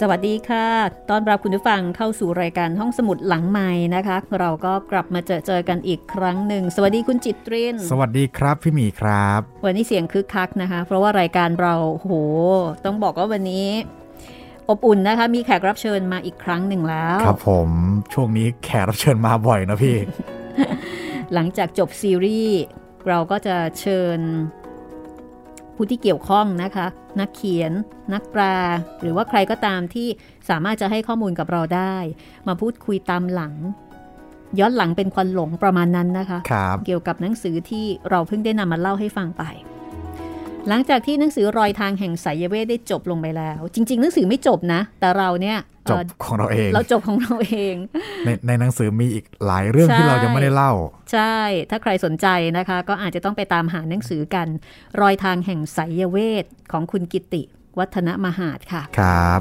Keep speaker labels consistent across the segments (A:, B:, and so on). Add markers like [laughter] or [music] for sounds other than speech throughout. A: สวัสดีค่ะ ต้อนรับคุณผู้ฟังเข้าสู่รายการห้องสมุดหลังใหม่นะคะ เราก็กลับมาเจอเจอกันอีกครั้งหนึ่ง สวัสดีคุณจิตเรน
B: สวัสดีครับพี่หมีครับ
A: วันนี้เสียงคึกคักนะคะ เพราะว่ารายการเราโอ้โห ต้องบอกว่าวันนี้ อบอุ่นนะคะ มีแขกรับเชิญมาอีกครั้งหนึ่งแล้ว
B: ครับผมช่วงนี้แขกรับเชิญมาบ่อยนะพี่ [laughs]
A: หลังจากจบซีรีส์เราก็จะเชิญผู้ที่เกี่ยวข้องนะคะ นักเขียน นักแปลหรือว่าใครก็ตามที่สามารถจะให้ข้อมูลกับเราได้ มาพูดคุยตามหลัง ย้อนหลังเป็นควันหลงประมาณนั้นนะคะ
B: ครับ
A: เกี่ยวกับหนังสือที่เราเพิ่งได้นำมาเล่าให้ฟังไป หลังจากที่หนังสือรอยทางแห่งสายเวทได้จบลงไปแล้ว จริง ๆ หนังสือไม่จบนะ แต่เราเนี่ย
B: จบ
A: เอ่อ
B: ของเราเอง
A: เราจบของเราเอง
B: ในในหนังสือมีอีกหลายเรื่องที่
A: ใช่
B: เรายังไม่ได้เล่า
A: ใช่ ถ้าใครสนใจนะคะ ก็อาจจะต้องไปตามหาหนังสือกัน รอยทางแห่งไสยเวทของคุณกิติ วัฒนมหาดค่ะ
B: ครับ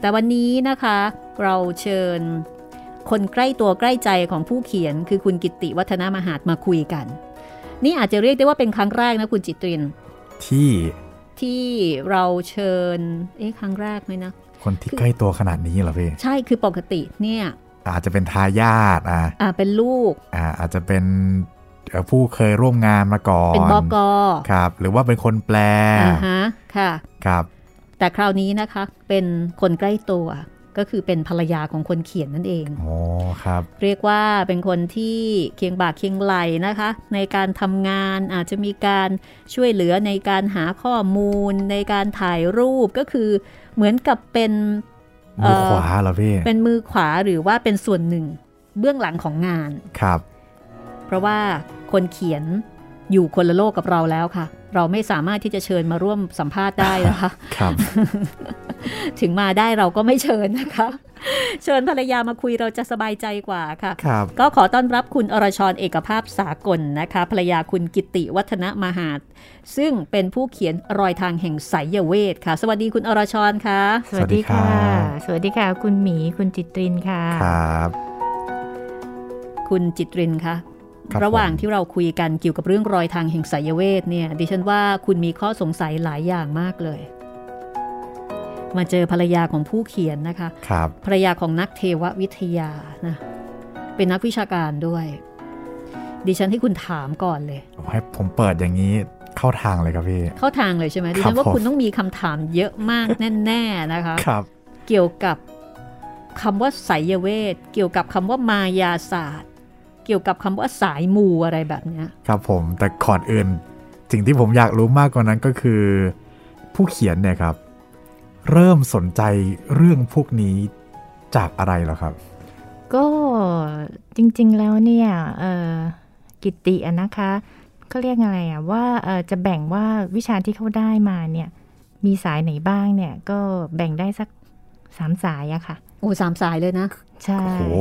A: แต่วันนี้นะคะ เราเชิญคนใกล้ตัวใกล้ใจของผู้เขียน คือคุณกิติวัฒนมหาดมาคุยกัน นี่อาจจะเรียกได้ว่าเป็นครั้งแรกนะคุณจิตริน
B: ที่
A: ที่เราเชิญ เอ๊ะครั้งแรกไหมนะ
B: คนที่ใกล้ตัวขนาดนี้เหรอพี่
A: ใช่คือปกติเนี่ย
B: อาจจะเป็นทายาทอ่ะ
A: อ่าเป็นลูก
B: อ่าอาจจะเป็นเอ่อผู้เคยร่วมงานมาก่อน
A: เป็นบอกอ
B: ครับ หรือว่าเป็นคนแปล
A: อ่าฮะค่ะ
B: ครับ
A: แต่คราวนี้นะคะเป็นคนใกล้ตัวก็คือเป็นภรรยาของคนเขียนนั่นเอง
B: โอ้ครับ
A: เรียกว่าเป็นคนที่เคียงบ่าเคียงไหลนะคะ ในการทำงานอาจจะมีการช่วยเหลือในการหาข้อมูล ในการถ่ายรูปก็คือเหมือนกับเป็น เอ่
B: มื
A: อ
B: อขวาเหรอพี่
A: เป็นมือขวาหรือว่าเป็นส่วนหนึ่งเบื้องหลังของงาน
B: ครับ
A: เพราะว่าคนเขียนอยู่คนละโลกกับเราแล้วค่ะ เราไม่สามารถที่จะเชิญมาร่วมสัมภาษณ์ได้นะคะ
B: ครับ
A: ถึงมาได้เราก็ไม่เชิญนะคะ [laughs] เชิญภรรยามาคุยเราจะสบายใจกว่าค่ะ
B: ครับ
A: ก็ขอต้อนรับคุณอรชรเอกภาพสากลนะคะ ภรรยาคุณกิติวัฒนมหาด ซึ่งเป็นผู้เขียนรอยทางแห่งไสยเวทค่ะ สวัสดีคุณอรชรค่ะ
B: สวัสดีค่ะ
C: สวัสดีค่ะ คุณหมี คุณจิตรินค่ะ
B: ครับ
A: คุณจิตรินค่ะ
B: ครับ
A: ระหว่าง
B: ผม
A: ที่เราคุยกันเกี่ยวกับเรื่องรอยทางแห่งไสยเวทเนี่ย ดิฉันว่าคุณมีข้อสงสัยหลายอย่างมากเลย มาเจอภรรยาของผู้เขียนนะคะ
B: ครับ
A: ภรรยาของนักเทววิทยานะ เป็นนักวิชาการด้วย ดิฉันให้คุณถามก่อนเลย
B: ให้ผมเปิดอย่างนี้เข้าทางเลยครับพี่
A: เข้าทางเลยใช่ไหมดิ
B: ครั
A: ฉั
B: บ
A: นว่า
B: ผม
A: คุณต้องมีคำถามเยอะ
B: [laughs]
A: มาก แน่ๆนะคะ
B: ครับ
A: เกี่ยวกับคำว่าไสยเวท เกี่ยวกับคำว่ามายาศาสตร์ เกี่ยวกับคำว่าสายมูอะไรแบบเนี้ย
B: ครับผมแต่ก่อนอื่น สิ่งที่ผมอยากรู้มากกว่านั้นก็คือ ผู้เขียนเนี่ยครับ เริ่มสนใจเรื่องพวกนี้จากอะไรเหรอครับ
C: ก็จริงๆแล้วเนี่ยเอ่อกิตติอะนะคะเขาเรียกอะไรอะว่าเอ่อจะแบ่งว่าวิชาที่เขาได้มาเนี่ย มีสายไหนบ้างเนี่ย ก็แบ่งได้สักสามสายอะค่ะ
A: โอ้สามสายเลยนะ
C: ใช่
B: โอ้โห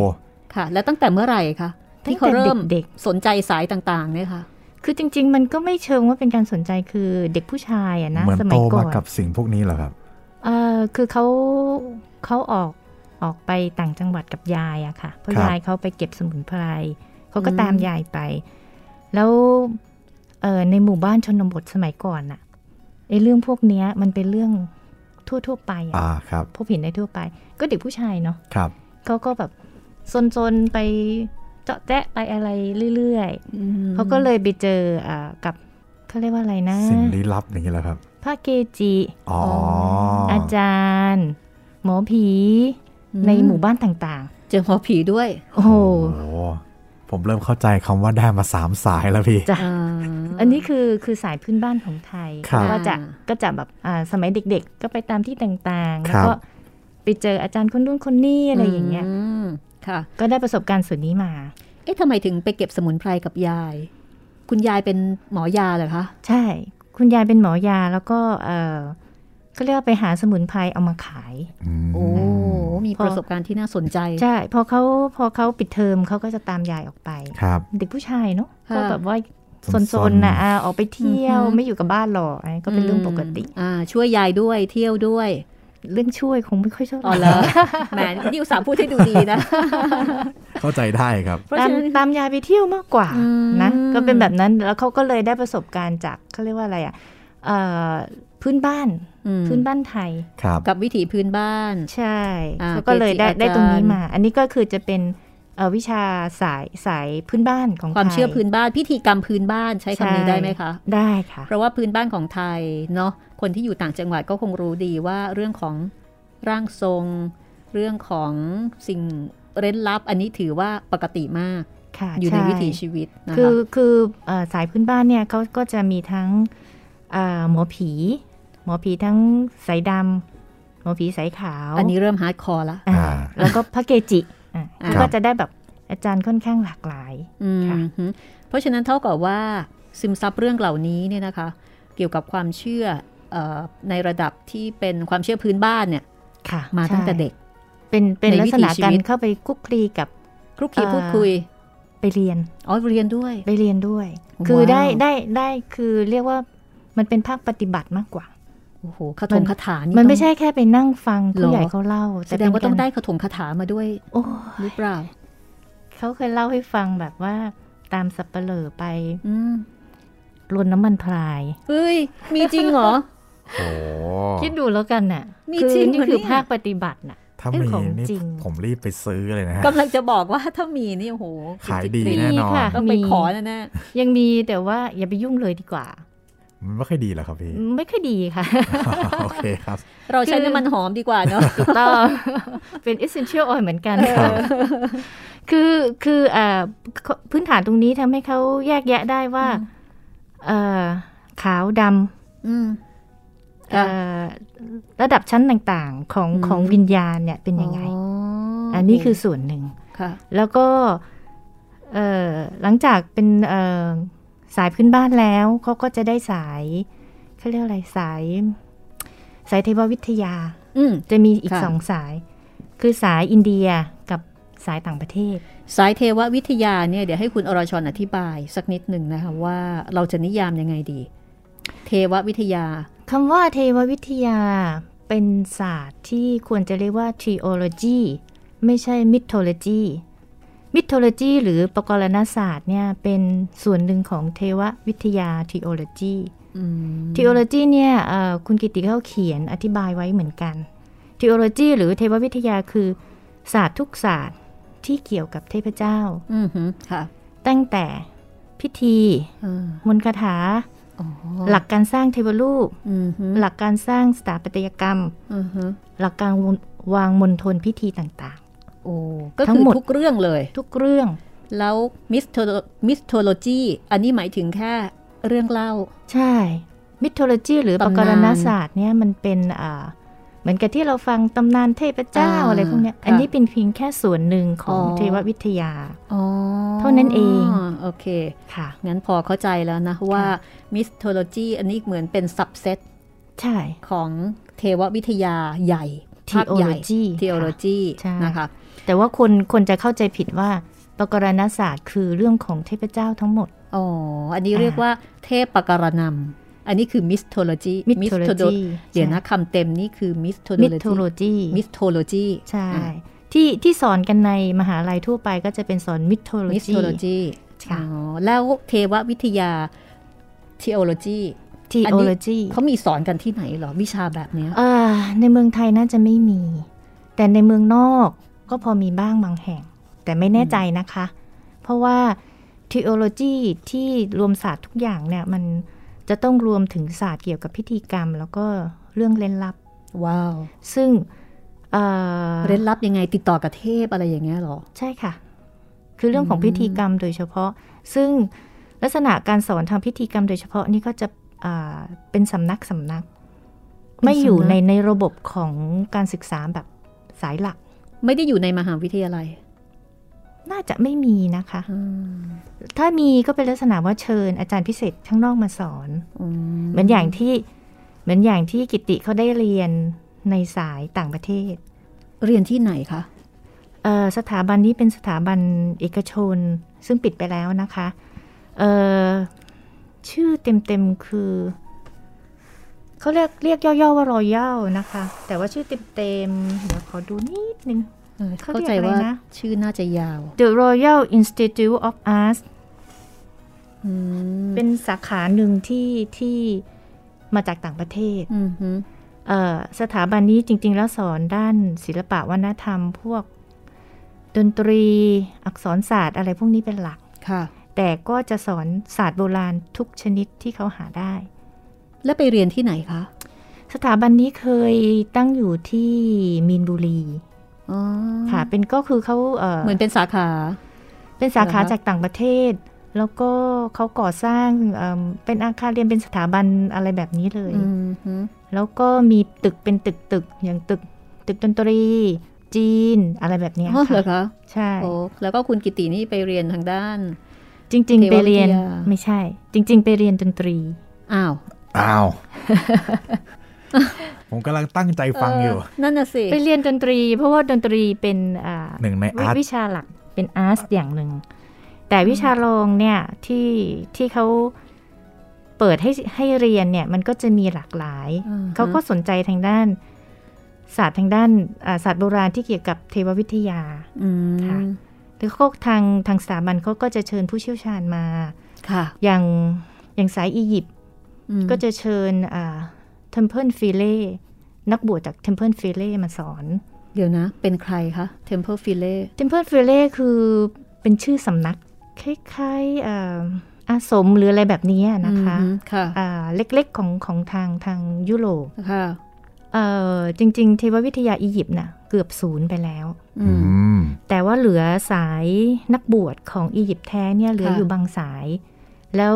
A: ค่ะ แล้วตั้งแต่เมื่อไหร่คะที่เขา
C: ตั้งแต่
A: เริ่ม
C: เด็ก
A: สนใจสายต่างๆเนี่ยค่ะ
C: ๆ คือจริง ๆ มันก็ไม่เชิงว่าเป็นการสนใจคือเด็กผู้ชายอะนะ
B: เหมือน
C: ส
B: โต
C: มัยก่อ
B: มาน กับสิ่งพวกนี้เหรอครับ
C: เออคือเขาเขาออกออกไปต่างจังหวัดกับยายอะค่ะเพราะ
B: ครับ
C: ยายเขาไปเก็บสมุนไพรเขาก็
A: อืม
C: ตามยายไป แล้วเออในหมู่บ้านชนบทสมัยก่อนน่ะไอ้เรื่องพวกเนี้ยมันเป็นเรื่องทั่วทั่วๆไปอะ
B: อ่าครับ
C: พบเห็นได้ทั่วไป ก็เด็กผู้ชายเนาะ
B: ครับ
C: เขาก็แบบซนๆไปเจาะแจ๊ะไปอะไรเรื่อย
A: อืม
C: ๆเขาก็เลยไปเจออ่ากับเขาเรียกว่าอะไรนะ
B: สิ่งลี้ลับอย่างนี้เหรอครับ
C: พระเกจิ
B: อ๋ออ
C: อาจารย์ หมอผี
A: อื
C: ในหมู่บ้านต่าง
A: เจอหมอผีด้วย
C: ๆ โอ้โห
B: โอ้ผมเริ่มเข้าใจคำว่าได้มาสามสายแล้วพี่
C: จ้ะ
A: า
C: อันนี้คือคือสายพื้นบ้านของไทย
B: ครับ
C: ก็จะ
A: อ่า
C: ก็จะแบบอ่าสมัยเด็กๆ ก็ไปตามที่ต่าง
B: ค
C: ๆแล้ว
B: รับ
C: ก็ไปเจออาจารย์คนนู้นคนนี้อะไรอย่างเงี้ย
A: มค่ะ
C: ก็ได้ประสบการณ์ส่วนนี้มา
A: เอ๊ะทำไมถึงไปเก็บสมุนไพรกับยาย คุณยายเป็นหมอยาเหรอคะ
C: ใช่ คุณยายเป็นหมอยาแล้วก็เออก็เรียกว่าไปหาสมุนไพรเอามาขาย
B: อืม
A: โอ้ มีประสบการณ์ที่น่าสนใจ
C: ใช่ พอเขาพอเขาปิดเทอมเขาก็จะตามยายออกไป
B: ครับ
C: เด็กผู้ชายเนาะ
A: ค่ะ
C: ก็แบบว่า
B: ซ
C: ซนๆนะอ่าออกไปเที่ยว
A: อือฮึ
C: ไม่อยู่กับบ้านหรอกอันนี้ก็เป็นเรื่องปกติ
A: อ่า ช่วยยายด้วย เที่ยวด้วย
C: เรื่องช่วยคงไม่ค่อยชอบ
A: อ๋อเหรอ แหมนี่อุ [laughs] ตส่าห์พูดให้ดูดี [laughs] นะ
B: เข้าใจได้ครับ
A: เพราะ
C: ตาม
A: ฉะนั้น
C: ตามยายไปเที่ยวมากกว่า
A: อืม
C: นะ ก็เป็นแบบนั้นแล้วเขาก็เลยได้ประสบการณ์จากเขาเรียกว่าอะไรอ่ะเอ่อ พื้นบ้าน
A: อืม
C: พื้นบ้านไทย
B: ครับ
A: กับวิถีพื้นบ้าน
C: ใช่
A: อ่า
C: เขาก็เลยได้
A: เกจิอาจารย์
C: ได้ตรงนี้มา อันนี้ก็คือจะเป็นเอ่อวิชาสายสายพื้นบ้านของ
A: ความ
C: ไทย
A: เชื่อพื้นบ้าน พิธีกรรมพื้นบ้านใช้คำนี้ได้ไหมคะ
C: ได้ค่ะ
A: เพราะว่าพื้นบ้านของไทยเนาะคนที่อยู่ต่างจังหวัดก็คงรู้ดีว่าเรื่องของร่างทรง เรื่องของสิ่งเร้นลับ อันนี้ถือว่าปกติมาก
C: ค่ะ
A: อยู่ใน
C: ช่
A: วิถีชีวิตนะ
C: คื
A: คะ
C: อคือเอ่อสายพื้นบ้านเนี่ยเขาก็จะมีทั้งเอ่อหมอผี หมอผีทั้งสายดำหมอผีสายขาว
A: อันนี้เริ่มฮาร์ดคอร์ละ
C: อ่า
B: อ่า
C: แล้วก็พระเกจิอ่ะ
A: อ่า
C: เขาก็จะได้แบบอาจารย์ค่อนข้างหลากหลาย
A: อืม
C: ค่ะ
A: ฮึเพราะฉะนั้นเท่ากับว่าซึมซับเรื่องเหล่านี้เนี่ยนะคะ เกี่ยวกับความเชื่อเออในระดับที่เป็นความเชื่อพื้นบ้านเนี่ย
C: ค่ะ
A: มาตั้งแต่เด็ก
C: เป็นเป็น
A: ใน
C: ลัก
A: วิ
C: ษ
A: ถี
C: ณะ
A: ชี
C: การ
A: วิต
C: เข้าไปคลุกคลีกับ
A: คลุกคลีพูดคุย
C: ไปเรียน
A: อ๋อเรียนด้วย
C: ไปเรียนด้วย คือ
A: ว้าว
C: ได้ได้ได้คือเรียกว่ามันเป็นภาคปฏิบัติมากกว่า
A: โอ้โหคาถงคาถานี่
C: มันไม่
A: ต้อง
C: ใช่แค่ไปนั่งฟัง
A: หร
C: ผู้
A: อ
C: ใหญ่เขาเล่า
A: แสดงว่า
C: เป็นกร
A: ต้องได้คาถงคาถามาด้วย
C: โอ้
A: หรือเปล่า
C: เขาเคยเล่าให้ฟังแบบว่าตามสับเปลอไป
A: อืม
C: รวนน้ำมันพราย
A: เฮ้ย มีจริงเหรอ
B: โอ้
C: คิดดูแล้วกันน่ะ
A: มี
C: คือ
A: จริง
C: นี่
A: เหรอ
C: คือ
A: เนี่ย
C: ภาคปฏิบัติน่ะ
B: ถ้า
C: เป็น
B: มี
C: ของ
B: นี่
C: จริง
B: ผมรีบไปซื้อเลยนะฮะ
A: กำลังจะบอกว่าถ้ามีนี่โอ้โห
B: ขายดี
A: กิน
B: แน่
A: ที่
B: นอน
C: มีค่ะ
A: ต้องไปขอแน่
C: ยังมีแต่ว่าอย่าไปยุ่งเลยดีกว่า
B: มันไม่ค่อยดีเหรอครับพี่
C: ไม่ค่อยดี
A: [laughs]
C: ค่ะ
B: [laughs] โอเคครับ
A: ๆเราใช้น้ำมันหอมดีกว่าเนาะ
C: ถูกต้อง เป็น essential oil เหมือนกัน
B: ครับ
C: คือคือเอ่อพื้นฐานตรงนี้ทำให้เขาแยกแยะได้ว่า
A: อืม
C: เอ่อขาวด
A: อืม
C: ำเอ่อระดับชั้นต่างๆของ
A: อืม
C: ของวิญญาณเนี่ยเป็นยังไง
A: อ๋ออ
C: อันนี้คือส่วนหนึ่ง
A: ค่ะ
C: แล้วก็เอ่อหลังจากเป็นเอ่อสายพื้นบ้านแล้ว เขาก็จะได้สายเขาเรียกอะไรสาย สายเทววิทยา
A: อืม
C: จะมีอีก
A: ค่ะ
C: สองสาย คือสายอินเดียกับสายต่างประเทศ
A: สายเทววิทยาเนี่ยเดี๋ยวให้คุณอรชรอธิบายสักนิดหนึ่งนะคะว่าเราจะนิยามยังไงดี เทววิทยา
C: คำว่าเทววิทยาเป็นศาสตร์ที่ควรจะเรียกว่า theology ไม่ใช่ mythology mythology หรือปกรณศาสตร์เนี่ยเป็นส่วนหนึ่งของเทววิทยา theology
A: อืม
C: theology เนี่ยเอ่อคุณกิติเขาเขียนอธิบายไว้เหมือนกัน theology หรือเทววิทยาคือศาสตร์ทุกศาสตร์ที่เกี่ยวกับเทพเจ้า
A: อืมฮึค่ะ
C: ตั้งแต่พิธี
A: อืม
C: มนต์คาถา
A: อ๋อ
C: หลักการสร้างเทวรูป
A: อืมฮึ
C: หลักการสร้างสถาปัตยกรรม
A: อืมฮึ
C: หลักการวางมณฑลพิธีต่าง
A: โอ้ก็
C: ทั้
A: คือ
C: งหมด
A: ทุกเรื่องเลย
C: ๆ ทุกเรื่อง
A: แล้วมิสโทมิสโทโลจีอันนี้หมายถึงแค่เรื่องเล่า
C: ใช่มิทโทโลจีหรือป
A: ตำนาน
C: กรณศาสตร์เนี่ยมันเป็นอ่าเหมือนกับที่เราฟังตำนานเทพเจ้า
A: อ่า
C: อะไรพวกเนี้ย
A: ค่ะ
C: อันนี้เป็นเพียงแค่ส่วนหนึ่งของ
A: อ๋อ
C: เทววิทยา
A: อ๋อ
C: เท่านั้นเอง
A: โอเค
C: ค่ะ
A: งั้นพอเข้าใจแล้วนะว่ามิสโทโลจีอันนี้เหมือนเป็น subset
C: ใช่
A: ของเทววิทยาใหญ่ภาคใหญ่
C: theology
A: ทีโอโล
C: ค่ะ
A: จี
C: ใช่
A: นะคะ
C: แต่ว่าคนคนจะเข้าใจผิดว่าปกรณศาสตร์คือเรื่องของเทพเจ้าทั้งหมด
A: อ๋อ อันนี้เรียกว่าเทพปการนำอันนี้คือมิสโทโลจี
C: มิทโทโลจี
A: เดี๋ยวนะคำเต็มนี่คือมิสโท
C: มิทโทโล
A: โล
C: จี
A: จีมิสโทโลจี
C: ใช่ ที่ที่สอนกันในมหาลัยทั่วไปก็จะเป็นสอนมิทโทโล
A: มิส
C: จี
A: โทโลจี
C: ค่ะ
A: อ๋อ แล้วเทววิทยาทีโอโลจี
C: ที
A: อัน
C: โอ
A: นี้
C: โลจี
A: เขามีสอนกันที่ไหนเหรอ วิชาแบบเนี้ย
C: ในเมืองไทยน่าจะไม่มี แต่ในเมืองนอกก็พอมีบ้างบางแห่ง แต่ไม่แน่ใจนะคะ เพราะว่าทีโอโลจีที่รวมศาสตร์ทุกอย่างเนี่ย มันจะต้องรวมถึงศาสตร์เกี่ยวกับพิธีกรรม แล้วก็เรื่องเล่นลับ
A: ว้าว
C: ซึ่งเอ่อ
A: เร้นลับยังไงติดต่อกับเทพอะไรอย่างเงี้ยเหรอ
C: ใช่ค่ะ คือเรื่องของพิธีกรรมโดยเฉพาะ ซึ่งลักษณะการสอนทางพิธีกรรมโดยเฉพาะนี่ก็จะอ่าเป็นสำนักสำนัก
A: เป็นสำนัก
C: ไม่อยู่ในในระบบของการศึกษาแบบสายหลัก
A: ไม่ได้อยู่ในมหาวิทยาลัย
C: น่าจะไม่มีนะคะ
A: อืม
C: ถ้ามีก็เป็นลักษณะว่าเชิญอาจารย์พิเศษข้างนอกมาสอน
A: อืม
C: เหมือนอย่างที่เหมือนอย่างที่กิติเขาได้เรียนในสายต่างประเทศ
A: เรียนที่ไหนคะ
C: เอ่อสถาบันนี้เป็นสถาบันเอกชน ซึ่งปิดไปแล้วนะคะเอ่อชื่อเต็มๆคือ เขาเรียกเรียกย่อๆว่ารอย a l นะคะ แต่ว่าชื่อเต็มๆเดี๋ยวขอดูนิดนึง
A: เออ
C: เขา
A: เข้า
C: เรียก
A: ใจว่า
C: อะไรนะ
A: ชื่อน่าจะยาว
C: The Royal Institute of Arts
A: อืม
C: เป็นสาขาหนึ่งที่ที่ มาจากต่างประเทศ
A: อืมฮึ
C: เอ่อสถาบันนี้จริง ๆ แล้วสอนด้านศิลปะวัฒนธรรม พวกดนตรีอักษรศาสตร์อะไรพวกนี้เป็นหลัก
A: ค่ะ
C: แต่ก็จะสอนศาสตร์โบราณทุกชนิดที่เขาหาได้
A: แล้วไปเรียนที่ไหนคะ
C: สถาบันนี้เคยตั้งอยู่ที่มีนบุรี
A: อ๋อ
C: ค่ะเป็นก็คือเขาเอ่อ
A: เหมือนเป็นสาขา
C: เป็นสาขา
A: เหรอคะ
C: จากต่างประเทศ แล้วก็เขาก่อสร้างเอิ่มเป็นอาคารเรียนเป็นสถาบันอะไรแบบนี้เลย
A: อืมฮึ
C: แล้วก็มีตึกเป็นตึกตึกๆอย่างตึกตึกดนตรี จีนอะไรแบบเนี้ย
A: อ๋อเหรอ
C: ค่ะ
A: คะ
C: ใช่
A: โอ้แล้วก็คุณกิตินี่ไปเรียนทางด้าน
C: จริง ๆ ไปเรียน
A: เทววิทยา
C: ไม่ใช่ จริง ๆ ไปเรียนดนตรี
A: อ้าว
B: อ้าว
A: [laughs]
B: ผมกำลังตั้งใจฟังอยู่
A: เนั่นน่ะสิ
C: ไปเรียนดนตรี เพราะว่าดนตรีเป็นอ่า
B: หนึ่งใน
C: วิ
B: อาร์ต
C: วิชาหลักเป็นอาร์ตอย่างหนึ่ง แต่วิชาโรงเนี่ยที่ที่เขาเปิดให้ให้เรียนเนี่ยมันก็จะมีหลากหลาย
A: อืม
C: เขาก็สนใจทางด้านศาสตร์ทางด้านอ่าศาสตร์โบราณที่เกี่ยวกับเทววิทยา
A: อืม
C: ค่ะ หรือเขาทางทางสถาบันเขาก็จะเชิญผู้เชี่ยวชาญมา
A: ค่ะ
C: อย่างอย่างสายอียิปต์
A: อืม
C: ก็จะเชิญเทมเพิลฟิเล่า Temple Filet นักบวชจากเทมเพิลฟิเล่มาสอน
A: เดี๋ยวนะ เป็นใครคะ Temple Filet
C: เทมเพิลฟิเล่คือเป็นชื่อสำนัก คล้ายๆเอ่ออาสมหรืออะไรแบบนี้นะคะ
A: อืมค่ะ
C: อ่าเล็กๆของของทางทางยุโรป
A: ค่ะ
C: เอ่อจริงๆ เทววิทยาอียิปต์น่ะเกือบศูนย์ไปแล้ว
A: อืม
B: อืม
C: แต่ว่าเหลือสายนักบวชของอียิปต์แท้เนี่ยเหลือ
A: ค่ะ
C: อยู่บางสาย แล้ว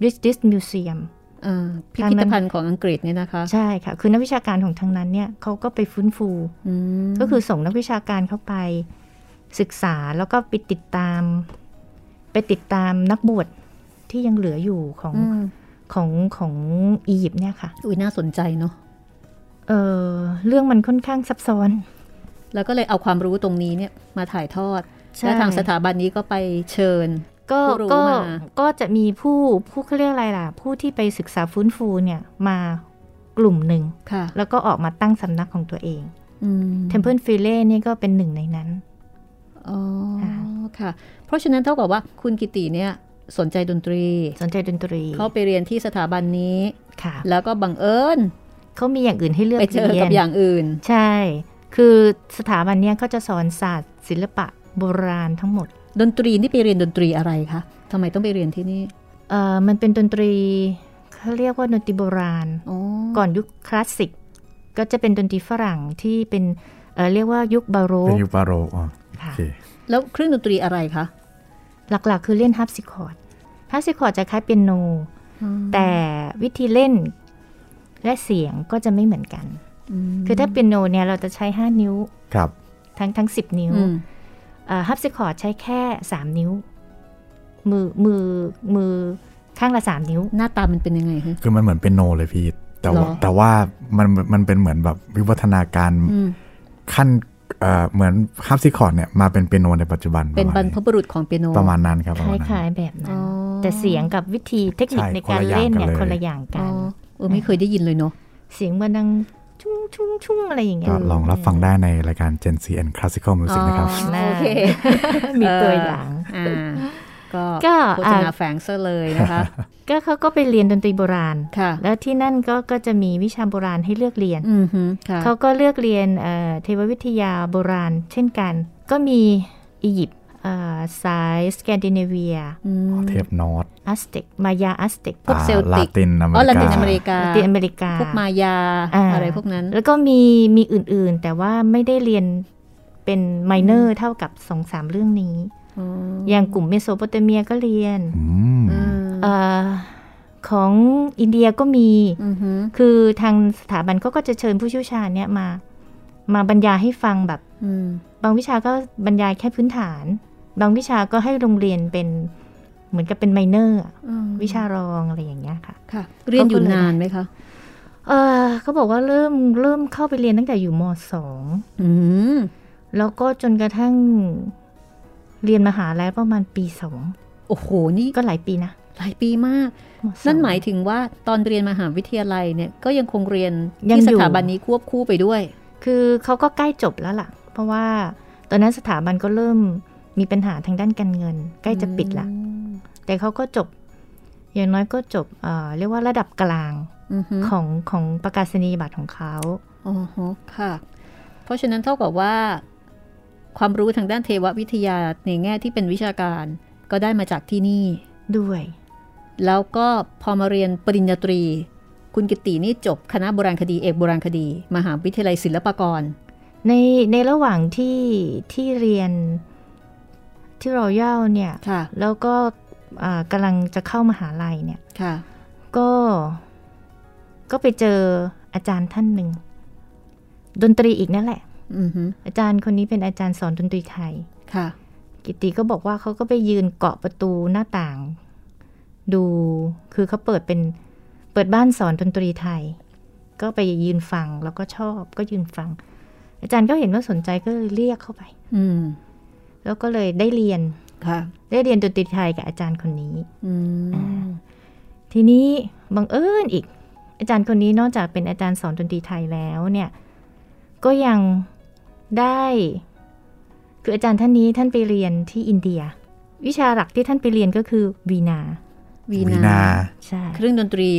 C: British Museum
A: อ่าพิพิธภัณฑ์ของอังกฤษเนี่ยนะคะ
C: ใช่ค่ะ คือนักวิชาการของทางนั้นเนี่ยเขาก็ไปฟื้นฟู
A: อืม
C: ก็คือส่งนักวิชาการเข้าไปศึกษาแล้วก็ไปติดตาม ไปติดตามนักบวชที่ยังเหลืออยู่ของ
A: ม
C: ของของอียิปต์เนี่ยค่ะ
A: อุ้ยน่าสนใจเนาะ
C: เออเรื่องมันค่อนข้างซับซ้อน
A: แล้วก็เลยเอาความรู้ตรงนี้เนี่ยมาถ่ายทอด
C: ใช่
A: และทางสถาบันนี้ก็ไปเชิญ
C: ก็
A: ผู้รู้
C: ก็
A: มา
C: ก็จะมีผู้ผู้เขาเรียกอะไรล่ะ ผู้ที่ไปศึกษาฟื้นฟูเนี่ยมากลุ่มหนึ่ง
A: ค่ะ
C: แล้วก็ออกมาตั้งสำนักของตัวเอง
A: อืม
C: Temple f i l e เนี่ยก็เป็นหนึ่งในนั้น
A: อ๋อ
C: ค่ะ
A: ค่ะ เพราะฉะนั้นเท่ากับว่าคุณกิติเนี่ยสนใจดนตรี
C: สนใจดนตรี
A: เขาไปเรียนที่สถาบันนี้
C: ค่ะ
A: แล้วก็บังเอิญ
C: เขามีอย่างอื่นให้เลือก
A: ไปเจอ
C: รีย
A: กับ
C: น
A: อย่างอื่น
C: ใช่ คือสถาบันเนี้ยเขาจะสอนศาสตร์ศิลปะโบราณทั้งหมด
A: ดนตรีนี่ไปเรียนดนตรีอะไรคะทำไมต้องไปเรียนที่นี่
C: เอ่อ มันเป็นดนตรีเขาเรียกว่าดนตรีโบราณ
A: อ๋อ
C: ก่อนยุคคลาสสิก ก็จะเป็นดนตรีฝรั่งที่เป็น เอ่อ เรียกว่ายุคบาโร
B: เป็น
C: ก
B: ยูปาโรอ่ะโอ
C: ค่ะ
B: เค
A: แล้วเครื่องดนตรีอะไรคะ
C: หลักๆ คือเล่นฮับซิคอร์ดฮับซิคอร์ดจะคล้ายเปียโน แต่วิธีเล่นและเสียงก็จะไม่เหมือนกัน
A: ม
C: คือถ้าเปียโนเนี่ยเราจะใช้ 5 นิ้ว
B: ครับ
C: ทั้งทั้ง 10 นิ้ว
A: อืม
C: ฮับซิคอร์ดใช้แค่ 3 นิ้ว มือมือมือข้างละ 3 นิ้ว
A: หน้าตามันเป็นยังไงฮะ
B: คือมันเหมือนเป็นโนเลยพี่ แต่
A: ห
B: ว่า
A: รอ
B: แต่ว่ามันมันเป็นเหมือนแบบวิวัฒนาการ
A: อืม
B: ขั้นเอ่อเหมือนคาบซิคอร์ดเนี่ยมาเป็นเปียโนในปัจจุบัน
A: เป็นบรรพ
B: ระมาณ
A: บุรุษของเปียโน
B: ประมาณนั้นครับป
C: ค
B: ระ
C: ล
B: มาณนั้น
C: ้ายๆแบบนั้
A: อ๋
C: น
A: อ
C: แต่เสียงกับวิธีเทคนิค
B: ใช่
C: ในการ
B: คนละอย่าง
C: เล่นเนี่
B: กัน
C: ย
B: เลย
C: คนละอย่าง
A: อ๋
C: กั
A: อน เออไม่เคยได้ยินเลยเนาะ
C: เสียงมันดังชุ่งชุ่งชุ่งอะไรอย่างเงี้
B: ก็
C: ย
B: ลองรับฟังได้ในรายการ Gen C and Classical Music นะครับ
A: อ๋อ
C: นะ
A: โเค
C: มีตัวอย่าง
A: อ่าก็
C: ก็
A: โฆ
C: อ่า
A: ษณาแฝงซะเลยนะคะ
C: ก็เขาก็ไปเรียนดนตรีโบราณ [laughs]
A: ค่ะ
C: แล้วที่นั่นก็ก็จะมีวิชาโบราณให้เลือกเรียน
A: อืมฮึค่ะ
C: เขาก็เลือกเรียนเอ่อเทววิทยาโบราณ เช่นกัน ก็มีอียิปต์เอ่อสายสแกนดิเนเวีย
A: อืม
B: เทปนอต
C: อัสเต็กมายาอัสเต็ก
A: พวกเซลติก
B: ลาตินอเม
A: อ๋อลา
B: ริ
A: ติน
B: กา
A: อเมริกา
C: ลาตินอเมริกา
A: พวกมายา
C: อ่า
A: อะไรพวกนั้น
C: แล้วก็มีมีอื่นๆ แต่ว่าไม่ได้เรียนเป็นไมเนอร์เท่ากับสองสามเรื่องนี้
A: อ๋อ
C: อย่างกลุ่มเมโสโปเตเมียก็เรียน
B: อืม
A: อืม
C: เออของอินเดียก็มี
A: อือฮึ
C: คือทางสถาบันเขาก็จะเชิญผู้เชี่ยวชาญเนี่ยมา มาบรรยายให้ฟังแบบ
A: อืม
C: บางวิชาก็บรรยายแค่พื้นฐาน บางวิชาก็ให้โรงเรียนเป็นเหมือนกับเป็นไมเนอร์อะ
A: อืม
C: วิชารองอะไรอย่างเงี้ยค่ะ
A: ค่ะ เรียนอยู่นานไหมคะ
C: เออเขาบอกว่าเริ่มเริ่มเข้าไปเรียนตั้งแต่อยู่มสอง
A: อืม
C: แล้วก็จนกระทั่งเรียนมหาลัยประมาณปีสอง
A: โอ้โห นี่
C: ก็หลายปีนะ
A: หลายปีมาก
C: มสอง
A: นั่นหมายถึงว่าตอนเรียนมหาวิทยาลัยเนี่ย ก็ยังคงเรียน
C: ยัง
A: ที่
C: อยู่
A: สถาบันนี้ควบคู่ไปด้วย
C: คือเขาก็ใกล้จบแล้วล่ะ เพราะว่าตอนนั้นสถาบันก็เริ่มมีปัญหาทางด้านการเงิน ใกล้จะปิดละ แต่เขาก็จบ อย่างน้อยก็จบเอ่อเรียกว่าระดับกลาง
A: อือฮึ
C: ของของประกาศนียบัตรของเขา
A: อ๋อฮะค่ะ เพราะฉะนั้นเท่ากับว่า ความรู้ทางด้านเทววิทยาในแง่ที่เป็นวิชาการ ก็ได้มาจากที่นี่
C: ด้วย
A: แล้วก็พอมาเรียนปริญญาตรี คุณกิตตินี่จบคณะโบราณคดีเอกโบราณคดี มหาวิทยาลัยศิลปากร
C: ในในระหว่างที่ที่เรียนที่รอยัลเนี่ย
A: ค่ะ
C: แล้วก็อ่ากำลังจะเข้ามหาลัยเนี่ย
A: ค่ะ
C: ก็ก็ไปเจออาจารย์ท่านหนึ่ง ดนตรีอีกนั่นแหละ
A: อือฮึ
C: อาจารย์คนนี้เป็นอาจารย์สอนดนตรีไทย
A: ค่ะ
C: กิตติก็บอกว่าเขาก็ไปยืนเกาะประตูหน้าต่าง ดูคือเขาเปิดเป็นเปิดบ้านสอนดนตรีไทย ก็ไปยืนฟังแล้วก็ชอบก็ยืนฟัง อาจารย์ก็เห็นว่าสนใจก็เลยเรียกเข้าไป
A: อืม
C: แล้วก็เลยได้เรียน
A: ค่ะ
C: ได้เรียนดนตรีไทยกับอาจารย์คนนี้
A: อืม
C: ทีนี้บังเอิญอีก อาจารย์คนนี้นอกจากเป็นอาจารย์สอนดนตรีไทยแล้วเนี่ยก็ยังได้ คืออาจารย์ท่านนี้ท่านไปเรียนที่อินเดีย วิชาหลักที่ท่านไปเรียนก็คือวีนา
A: วี
B: วี
A: นา
B: นา
C: ใช่
A: เครื่องดนตรี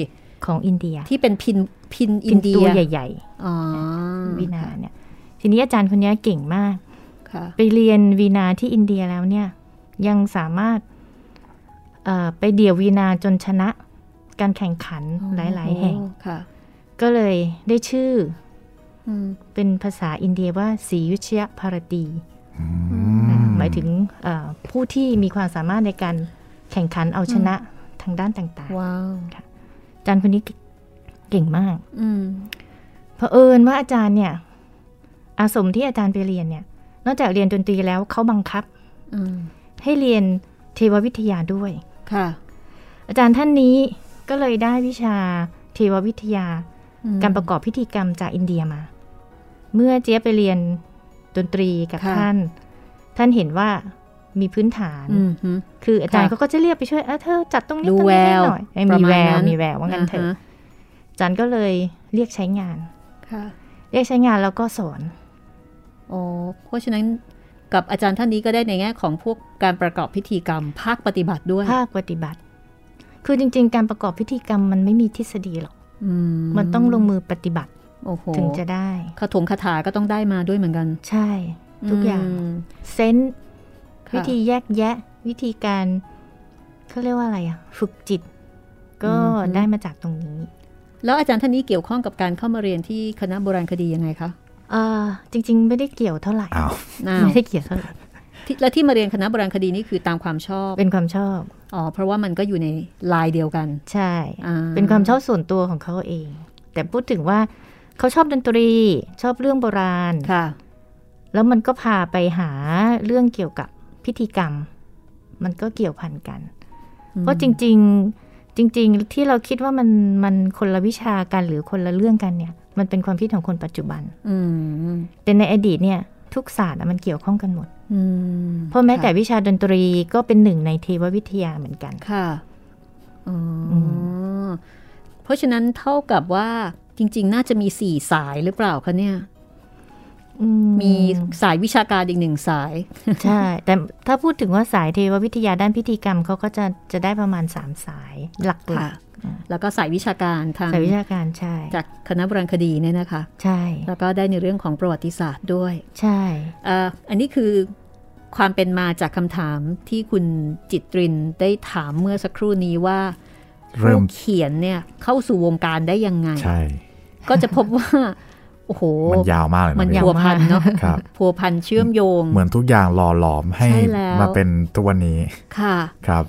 C: ของอินเดีย
A: ที่เป็นพินพินอิน
C: ป็
A: เดี
C: ตัวย ใหญ่
A: อ๋อ
C: ๆวีนาเนี่ยทีนี้อาจารย์คนนี้เก่งมาก
A: ค่ะ
C: ไปเรียนวีนาที่อินเดียแล้วเนี่ยยังสามารถเอ่อไปเดี่ยววีนาจนชนะ การแข่งขันหลายๆ แห่ง
A: ค่ะ
C: ก็เลยได้ชื่อ
A: อืม
C: เป็นภาษาอินเดียว่าสียุชยภารตี
B: อืม
C: หมายถึงเอ่อผู้ที่มีความสามารถในการแข่งขันเอาชนะทางด้านต่าง
A: ว้าว
C: ๆอาจารย์คนนี้เก่งมาก
A: อืม
C: เผอิญว่าอาจารย์เนี่ย อาสมที่อาจารย์ไปเรียนเนี่ย นอกจากเรียนดนตรีแล้วเขาบังคับ
A: อืม
C: ให้เรียนเทววิทยาด้วย
A: ค่ะ
C: อาจารย์ท่านนี้ก็เลยได้วิชาเทววิทยา การประกอบพิธีกรรมจากอินเดียมา เมื่อเจ๊ยบไปเรียนดนตรีกับ
A: ค่ะ
C: ท่าน ท่านเห็นว่ามีพื้นฐาน
A: อืมฮึ
C: คืออาจารย์
A: ค่ะ
C: เขาก็จะเรียกไปช่วยเออเธอจัดตรงนี้
A: ดู
C: ตรงนี้ให้
A: แวว
C: หน่อยเอ้ย
A: ประ
C: มี
A: มาณ
C: แว
A: นั้
C: วน มีแววว่างั้นเถอะ
A: ฮ
C: อาจารย์ก็เลยเรียกใช้งาน
A: ค่ะ
C: เรียกใช้งานแล้วก็สอน
A: โอ้เพราะฉะนั้นกับอาจารย์ท่านนี้ก็ได้ในแง่ของพวกการประกอบพิธีกรรม ภาคปฏิบัติด้วย
C: ภาคปฏิบัติ คือจริง ๆ การประกอบพิธีกรรมมันไม่มีทฤษฎีหรอก
A: อื
C: มันต้องลงมือปฏิบัติ
A: โอ้โห
C: ถึงจะได้
A: คาถงคาถาก็ต้องได้มาด้วยเหมือนกัน
C: ใช่ ทุกอย่าง
A: ม
C: เซนส์
A: ค่ะ
C: วิธีแยกแยะ วิธีการเขาเรียกว่าอะไรอะฝึกจิต ก็ได้มาจากตรงนี้
A: แล้วอาจารย์ท่านนี้เกี่ยวข้องกับการเข้ามาเรียนที่คณะโบราณคดียังไงคะ
C: เออจริง ๆ ไม่ได้เกี่ยวเท่าไหร่
B: อ้าว
A: อ้าว
C: [laughs] ไม่ได้เกี่ยวเท่าไหร่
A: ที่และที่มาเรียนคณะโบราณคดีนี่คือตามความชอบ
C: เป็นความชอบ
A: อ๋อเพราะว่ามันก็อยู่ในลายเดียวกัน
C: ใช่
A: อ่า
C: เป็นความชอบส่วนตัวของเขาเอง แต่พูดถึงว่าเขาชอบดนตรี ชอบเรื่องโบราณ
A: ค่ะ
C: แล้วมันก็พาไปหาเรื่องเกี่ยวกับพิธีกรรม มันก็เกี่ยวพันกัน
A: อืม
C: เพราะจริง ๆ จริง ๆ ที่เราคิดว่ามันมันคนละวิชากันหรือคนละเรื่องกันเนี่ย มันเป็นความคิดของคนปัจจุบัน
A: อืม
C: แต่ในอดีตเนี่ยทุกศาสตร์อะมันเกี่ยวข้องกันหมด
A: อืม
C: เพราะแม้แต่
A: ค่
C: วิชาดนตรีก็เป็นหนึ่งในเทววิทยาเหมือนกัน
A: ค่ะอ๋ออเพราะฉะนั้นเท่ากับว่าจริง ๆ น่าจะมีสี่สายหรือเปล่าคะเนี่ย
C: อื
A: มีสายวิชาการอีกหนึ่งสาย
C: ใช่ แต่ถ้าพูดถึงว่าสายเทววิทยาด้านพิธีกรรมเขาก็จะจะได้ประมาณ 3 สายหลัก
A: ค่ะ แล้วก็สายวิชาการทาง
C: ๆสายวิชาการใช่
A: จากคณะโบราณคดีเนี่ยนะคะ
C: ใช่
A: แล้วก็ได้ในเรื่องของประวัติศาสตร์ด้วย
C: ใช่
A: เอ่ออันนี้คือความเป็นมาจากคำถามที่คุณจิตรินได้ถามเมื่อสักครู่นี้ว่า
B: เริ่ม
A: ผู้เขียนเนี่ยเข้าสู่วงการได้ยังไง
B: ใช่
A: ก็จะพบว่า โอ้โห
B: มันยาวมากเลยนะ
A: มัน
B: พี่
A: พัวพันเนาะ
B: ครับ
A: พัวพันเชื่อมโยง
B: เหมือนทุกอย่างหล่อหลอมให้
A: ใช่แล้ว
B: มาเป็นตัวนนี้
A: ค่ะ
B: ครับ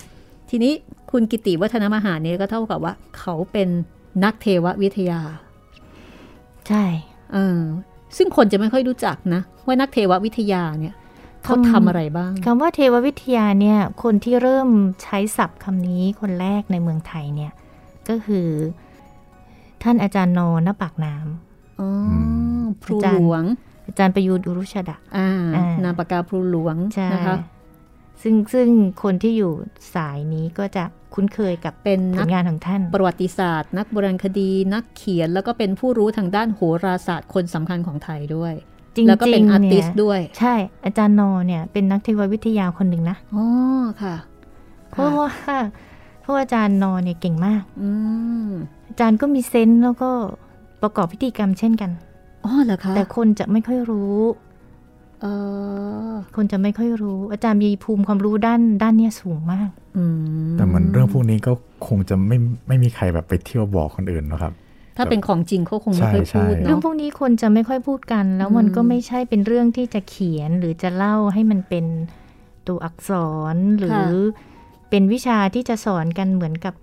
A: ทีนี้คุณกิติวัฒนมหาเนี่ยก็เท่ากับว่า เขาเป็นนักเทววิทยา
C: ใช่
A: เออซึ่งคนจะไม่ค่อยรู้จักนะ ว่านักเทววิทยาเนี่ยเขา
C: ทำ
A: ทำอะไรบ้าง
C: คำว่าเทววิทยาเนี่ยคนที่เริ่มใช้ศัพท์คำนี้คนแรกในเมืองไทยเนี่ยก็คือ ท่านอาจารย์นอนปากน้ำ
A: อ๋อ
B: ม
A: พลูหลวง
C: อาจารย์ประยูรอุรุชดะ
A: อ่า
C: อ่าน
A: ามปากกาพลูหลวง
C: ใช่
A: นะคะ
C: ซึ่งซึ่งคนที่อยู่สายนี้ก็จะคุ้นเคยกับ
A: เป็น
C: ผ
A: นั
C: ล
A: ก
C: งานของท่าน
A: ประวัติศาสตร์ นักโบราณคดี นักเขียนแล้วก็เป็นผู้รู้ทางด้านโหราศาสตร์คนสำคัญของไทยด้วย
C: จริงๆ
A: แล้วก็เป็นอาร์ติ
C: เนี่
A: ส
C: ย
A: ต์ด้วย
C: ใช่อาจารย์นอเนี่ยเป็นนักเทววิทยาคนหนึ่งนะ
A: อ๋อค่ะ
C: เพราะว่า ราะว่าอาจารย์นอนเนี่ยเก่งมาก
A: อืม
C: อาจารย์ก็มีเซนส์แล้วก็ประกอบพิธีกรรมเช่นกัน
A: อ๋อเหรอคะ
C: แต่คนจะไม่ค่อยรู้
A: เออ
C: คนจะไม่ค่อยรู้ อาจารย์มีภูมิความรู้ด้านด้านเนี้ยสูงมาก
A: อื
B: แต่เหมือนเรื่องพวกนี้ก็คงจะไม่ไม่มีใครแบบไปเที่ยวบอกคนอื่นนะครับ
A: ถ้าเป็นของจริงเขาคงไม่เคย
B: ใช่
A: พูด
B: ใช่
A: เน
C: เรื่อง
A: อะ
C: พวกนี้คนจะไม่ค่อยพูดกัน แล้วมัน
A: อืม
C: ก็ไม่ใช่เป็นเรื่องที่จะเขียนหรือจะเล่าให้มันเป็นตัวอักษรหรือเป็นวิชาที่จะสอนกันเหมือนกับ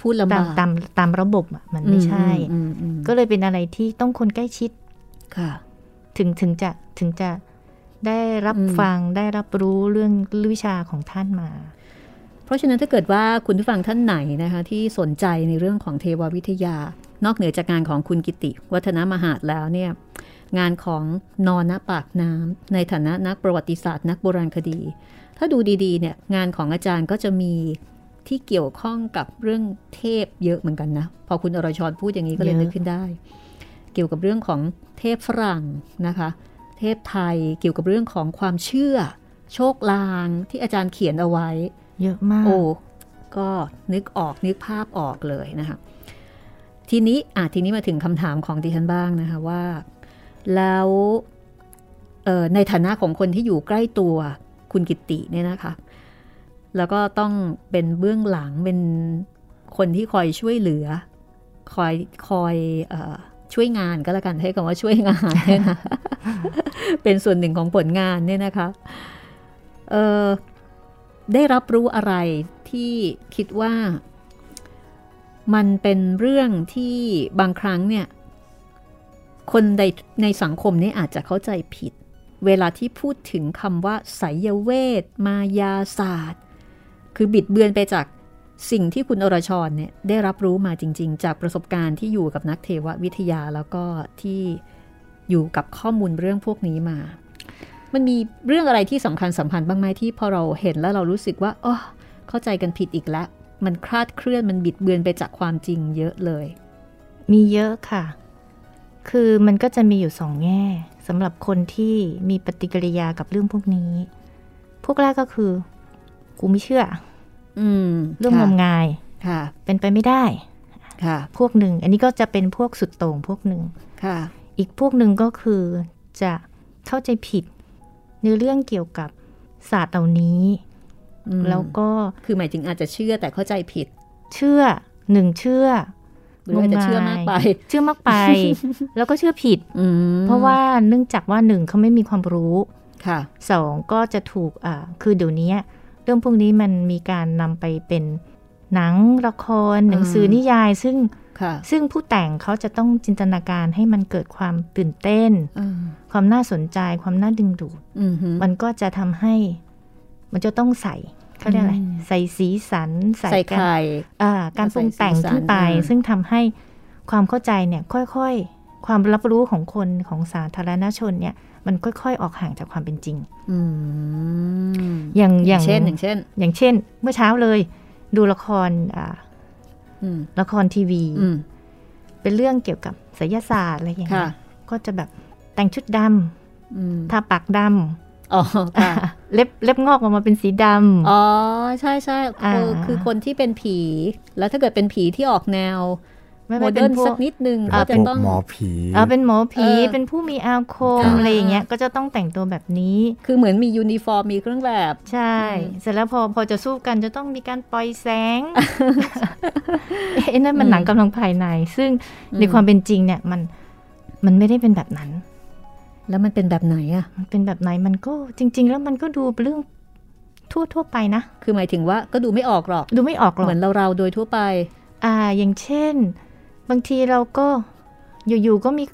A: พูดลำ
C: ตา
A: บาม ก
C: ตามตามระบบอะมันไม่ใช่
A: อืมอืมอืม
C: ก็เลยเป็นอะไรที่ต้องคนใกล้ชิด
A: ค่ะ
C: ถึงถึงจะถึงจะได้รับ
A: อืม
C: ฟังได้รับรู้เรื่องวิชาของท่านมา
A: เพราะฉะนั้นถ้าเกิดว่าคุณผู้ฟังท่านไหนนะคะ ที่สนใจในเรื่องของเทววิทยา นอกเหนือจากงานของคุณกิติ วัฒนมหาดแล้วเนี่ยงานของนอนณปากน้ำในฐานะนักประวัติศาสตร์นักโบราณคดี ถ้าดูดีๆเนี่ยงานของอาจารย์ก็จะมีที่เกี่ยวข้องกับเรื่องเทพเยอะเหมือนกันนะ พอคุณอรชรพูดอย่างนี้ก็เลย
C: เยอะ
A: นึกขึ้นได้ เกี่ยวกับเรื่องของเทพฝรั่งนะคะ เทพไทยเกี่ยวกับเรื่องของความเชื่อ โชคลางที่อาจารย์เขียนเอาไว้
C: เยอะมาก
A: โอ้ ก็นึกออกนึกภาพออกเลยนะคะ ทีนี้อ่ะทีนี้มาถึงคำถามของดิฉันบ้างนะคะว่า แล้วเอ่อในฐานะของคนที่อยู่ใกล้ตัวคุณกิตติเนี่ยนะคะ แล้วก็ต้องเป็นเบื้องหลังเป็นคนที่คอยช่วยเหลือ คอยคอยเออช่วยงานก็แล้วกันให้คำว่าช่วยงานเนี่ยนะ [laughs] เป็นส่วนหนึ่งของผลงานเนี่ยนะคะเอ่อ ได้รับรู้อะไรที่คิดว่ามันเป็นเรื่องที่บางครั้งเนี่ย คนในในสังคมนี้อาจจะเข้าใจผิด เวลาที่พูดถึงคำว่าไสยเวท มายาศาสตร์ คือบิดเบือนไปจากสิ่งที่คุณอรชรเนี่ยได้รับรู้มาจริง ๆ จากประสบการณ์ที่อยู่กับนักเทววิทยาแล้วก็ที่อยู่กับข้อมูลเรื่องพวกนี้มา มันมีเรื่องอะไรที่สำคัญสำคัญบ้างไหมที่พอเราเห็นแล้วเรารู้สึกว่าอ๋อเข้าใจกันผิดอีกแล้ว มันคลาดเคลื่อนมันบิดเบือนไปจากความจริงเยอะเลย
C: มีเยอะค่ะ คือมันก็จะมีอยู่สองแง่สำหรับคนที่มีปฏิกิริยากับเรื่องพวกนี้ พวกแรกก็คือ กูไม่เชื่อ
A: อืม
C: เรื่องงมงาย
A: ค่ะ
C: เป็นไปไม่ได้
A: ค่ะ
C: พวกหนึ่ง อันนี้ก็จะเป็นพวกสุดโต่งพวกหนึ่ง
A: ค่ะ
C: อีกพวกหนึ่งก็คือจะเข้าใจผิด ในเรื่องเกี่ยวกับศาสตร์เหล่านี้
A: อืม
C: แล้วก็
A: คือหมายถึงอาจจะเชื่อแต่เข้าใจผิด
C: เชื่อหนึ่งเชื่อ
A: หรืออาจจะเชื่อมากไป
C: เชื่อมากไป แล้วก็เชื่อผิด
A: อืม
C: เพราะว่าเนื่องจากว่าหนึ่งเขาไม่มีความรู้
A: ค่ะ
C: สองก็จะถูกอ่าคือเดี๋ยวนี้เรื่องพวกนี้มันมีการนำไปเป็นหนังละคร หนังสือนิยาย ซึ่ง
A: ค่ะ
C: ซึ่งผู้แต่งเขาจะต้องจินตนาการให้มันเกิดความตื่นเต้น
A: อืม
C: ความน่าสนใจความน่าดึงดูด
A: อืมฮึ
C: มันก็จะทำให้ มันจะต้องใส่เขาเรียกอะไร
A: อืม
C: ใส่สีสัน
A: ใส่
C: การ
A: ไข่
C: อ่าการปรุงแต่ง
A: ใส่สีสัน
C: ขึ้นไป
A: อ่า
C: ซึ่งทำให้ความเข้าใจเนี่ยค่อยๆ ความรับรู้ของคนของสาธารณชนเนี่ย มันค่อยๆ ออกห่างจากความเป็นจริง
A: อืม
C: อย่างอย่
A: อา
C: ย่าง ง
A: เช่นอย่างเช่น
C: อย่างเช่น เมื่อเช้าเลย ดูละครอ่า
A: อืม
C: ละครทีวี
A: อืม
C: เป็นเรื่องเกี่ยวกับไสยศาสตร์อะไรอย่างเงี้
A: ค่ะ
C: ยก็จะแบบแต่งชุดดำ
A: อืม
C: ทาปากดำ
A: อ๋อค่ะ
C: เล็บเล็บงอกออกมาเป็นสีดำ
A: อ๋อใช่ใช่คืออา คือคนที่เป็นผี แล้วถ้าเกิดเป็นผีที่ออกแนว
C: ไม่
A: โม
C: ว่าเป็
A: เดิร์น
C: นพว
A: สั
C: ก
A: กนิดนึง
B: เป็น
A: ก็
B: พ
A: จะ
B: วก
A: ต้อง
B: หมอผี
C: เออเป็นหมอผี
A: เออ
C: เป็นผู้มีอาคม
B: ครับ
C: อะไรอย่างเงี้ยก็จะต้องแต่งตัวแบบนี้
A: คือเหมือนมียูนิฟอร์มมีเครื่องแบบ
C: ใช่ เสร็จแล้วพอพอจะสู้กันจะต้องมีการปล่อยแสงเอ้นั่นมัน
A: อืม
C: หนังกำลังภายใน ซึ่ง
A: อืม
C: ในความเป็นจริงเนี่ยมันมันไม่ได้เป็นแบบนั้น
A: แล้วมันเป็นแบบไหนอะ
C: มันเป็นแบบไหนมันก็จริง ๆ แล้วมันก็ดูเป็นเรื่องทั่วทั่วๆไปนะ
A: คือหมายถึงว่าก็ดูไม่ออกหรอก
C: ดูไม่ออกหรอก
A: เหมือนเราเราๆโดยทั่วไป
C: อ่า อย่างเช่น บางทีเราก็อยู่ๆก็มี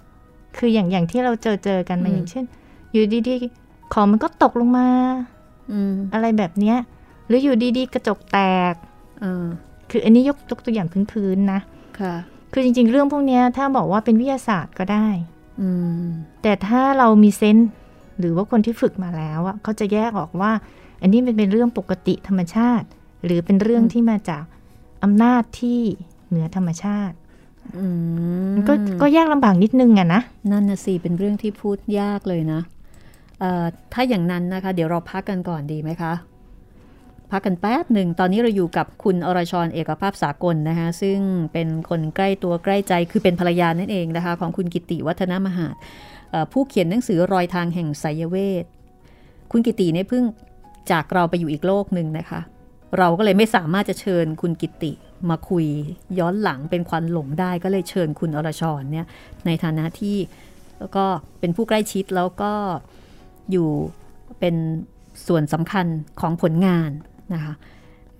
C: คืออย่างอย่างที่เราเจอเจอกันมา
A: อืม
C: อย่างเช่น อยู่ดีๆของมันก็ตกลงมา
A: อืม
C: อะไรแบบเนี้ยหรืออยู่ดีๆ กระจกแตก
A: เออ
C: คืออันนี้ยกยกตัวอย่างพื้นๆนะ
A: ค่ะ
C: คือจริงๆ เรื่องพวกเนี้ยถ้าบอกว่าเป็นวิทยาศาสตร์ก็ได้
A: อืม
C: แต่ถ้าเรามีเซนส์หรือว่าคนที่ฝึกมาแล้วอะเขาจะแยกออกว่า อันนี้มันเป็นเรื่องปกติธรรมชาติ หรือเป็นเรื่องที่มาจากอำนาจที่เหนือธรรมชาติ
A: อืม
C: ก็ก็แยกลำบากนิดนึงอะนะ
A: นั่นนะสิเป็นเรื่องที่พูดยากเลยนะเอ่อถ้าอย่างนั้นนะคะ เดี๋ยวเราพักกันก่อนดีไหมคะ พักกันแป๊บหนึ่ง ตอนนี้เราอยู่กับคุณอรชรเอกภาพสากลนะคะซึ่งเป็นคนใกล้ตัวใกล้ใจคือเป็นภรรยานั่นเองนะคะ ของคุณกิติวัฒนมหาดเอ่อผู้เขียนหนังสือรอยทางแห่งไสยเวท คุณกิติเนี่ยเพิ่งจากเราไปอยู่อีกโลกหนึ่งนะคะ เราก็เลยไม่สามารถจะเชิญคุณกิติมาคุยย้อนหลังเป็นควันหลงได้ก็เลยเชิญคุณอรชรเนี่ยในฐานะที่ก็เป็นผู้ใกล้ชิดแล้วก็อยู่เป็นส่วนสำคัญของผลงานนะคะ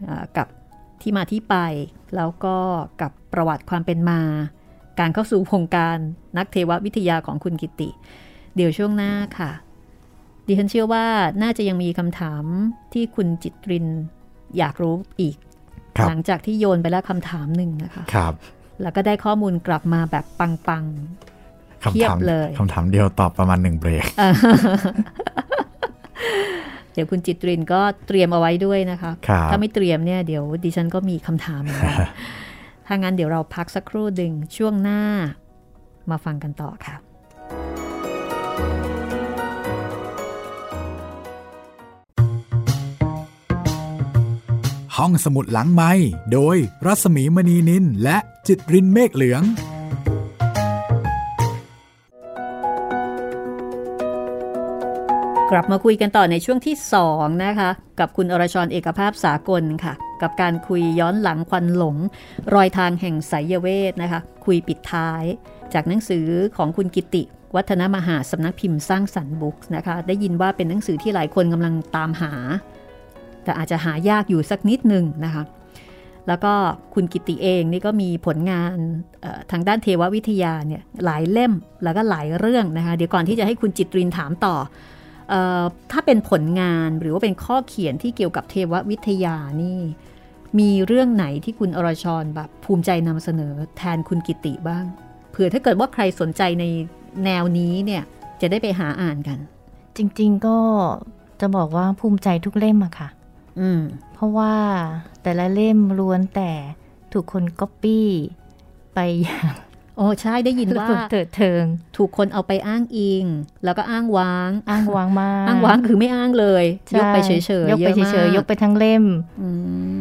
A: เอ่อกับที่มาที่ไป แล้วก็กับประวัติความเป็นมา การเข้าสู่วงการนักเทววิทยาของคุณกิติ เดี๋ยวช่วงหน้าค่ะ ดิฉันเชื่อว่าน่าจะยังมีคำถามที่คุณจิตรินอยากรู้อีก
B: ครับ
A: หลังจากที่โยนไปแล้วคำถามหนึ่งนะคะ
B: ครับ
A: แล้วก็ได้ข้อมูลกลับมาแบบปัง เพี
B: คำ
A: ยบ
B: ถาม
A: เลย
B: คำถามเดียวตอบประมาณหนึ่งเบรก
A: ๆเออเดี๋ยวคุณจิตรินก็เตรียมเอาไว้ด้วยนะคะ
B: ครับ
A: ถ้าไม่เตรียมเนี่ยเดี๋ยวดิฉันก็มีคำถามเหมือน
B: [laughs]
A: กันถ้างั้นเดี๋ยวเราพักสักครู่ดึงช่วงหน้ามาฟังกันต่อค่ะ
B: ห้องสมุดหลังไม้โดยรัสมีมณีนินและจิตรินเมฆเหลือง
A: กลับมาคุยกันต่อในช่วงที่ 2 นะคะ กับคุณอรชรเอกภาพสากลค่ะ กับการคุยย้อนหลังควันหลง รอยทางแห่งไสยเวทนะคะ คุยปิดท้าย จากหนังสือของคุณกิติ วัฒนมหาสำนักพิมพ์สร้างสรรค์บุ๊กส์นะคะ ได้ยินว่าเป็นหนังสือที่หลายคนกำลังตามหา แต่อาจจะหายากอยู่สักนิดหนึ่งนะคะ แล้วก็คุณกิติเองนี่ก็มีผลงานเอ่อทางด้านเทววิทยาเนี่ยหลายเล่มแล้วก็หลายเรื่องนะคะ เดี๋ยวก่อนที่จะให้คุณจิตรินถามต่อ เอ่อถ้าเป็นผลงานหรือว่าเป็นข้อเขียนที่เกี่ยวกับเทววิทยานี่ มีเรื่องไหนที่คุณอรชรแบบภูมิใจนำเสนอแทนคุณกิติบ้างเผื่อถ้าเกิดว่าใครสนใจในแนวนี้เนี่ยจะได้ไปหาอ่านกัน
C: จริงๆก็จะบอกว่าภูมิใจทุกเล่มอะค่ะ
A: อืม
C: เพราะว่าแต่ละเล่มล้วนแต่ถูกคนก๊อปปี้ไปอย่าง
A: โอ้ใช่ได้ยิน [laughs] ว่า
C: เถิดเทิง
A: ถูกคนเอาไปอ้างอิง แล้วก็อ้างว้าง
C: อ้างว้างมาก
A: อ้างว้างคือไม่อ้างเลย
C: ใช่
A: ยกไปเฉยๆ
C: ยกไป
A: อะมา
C: เฉยๆยกไปทั้งเล่ม
A: อื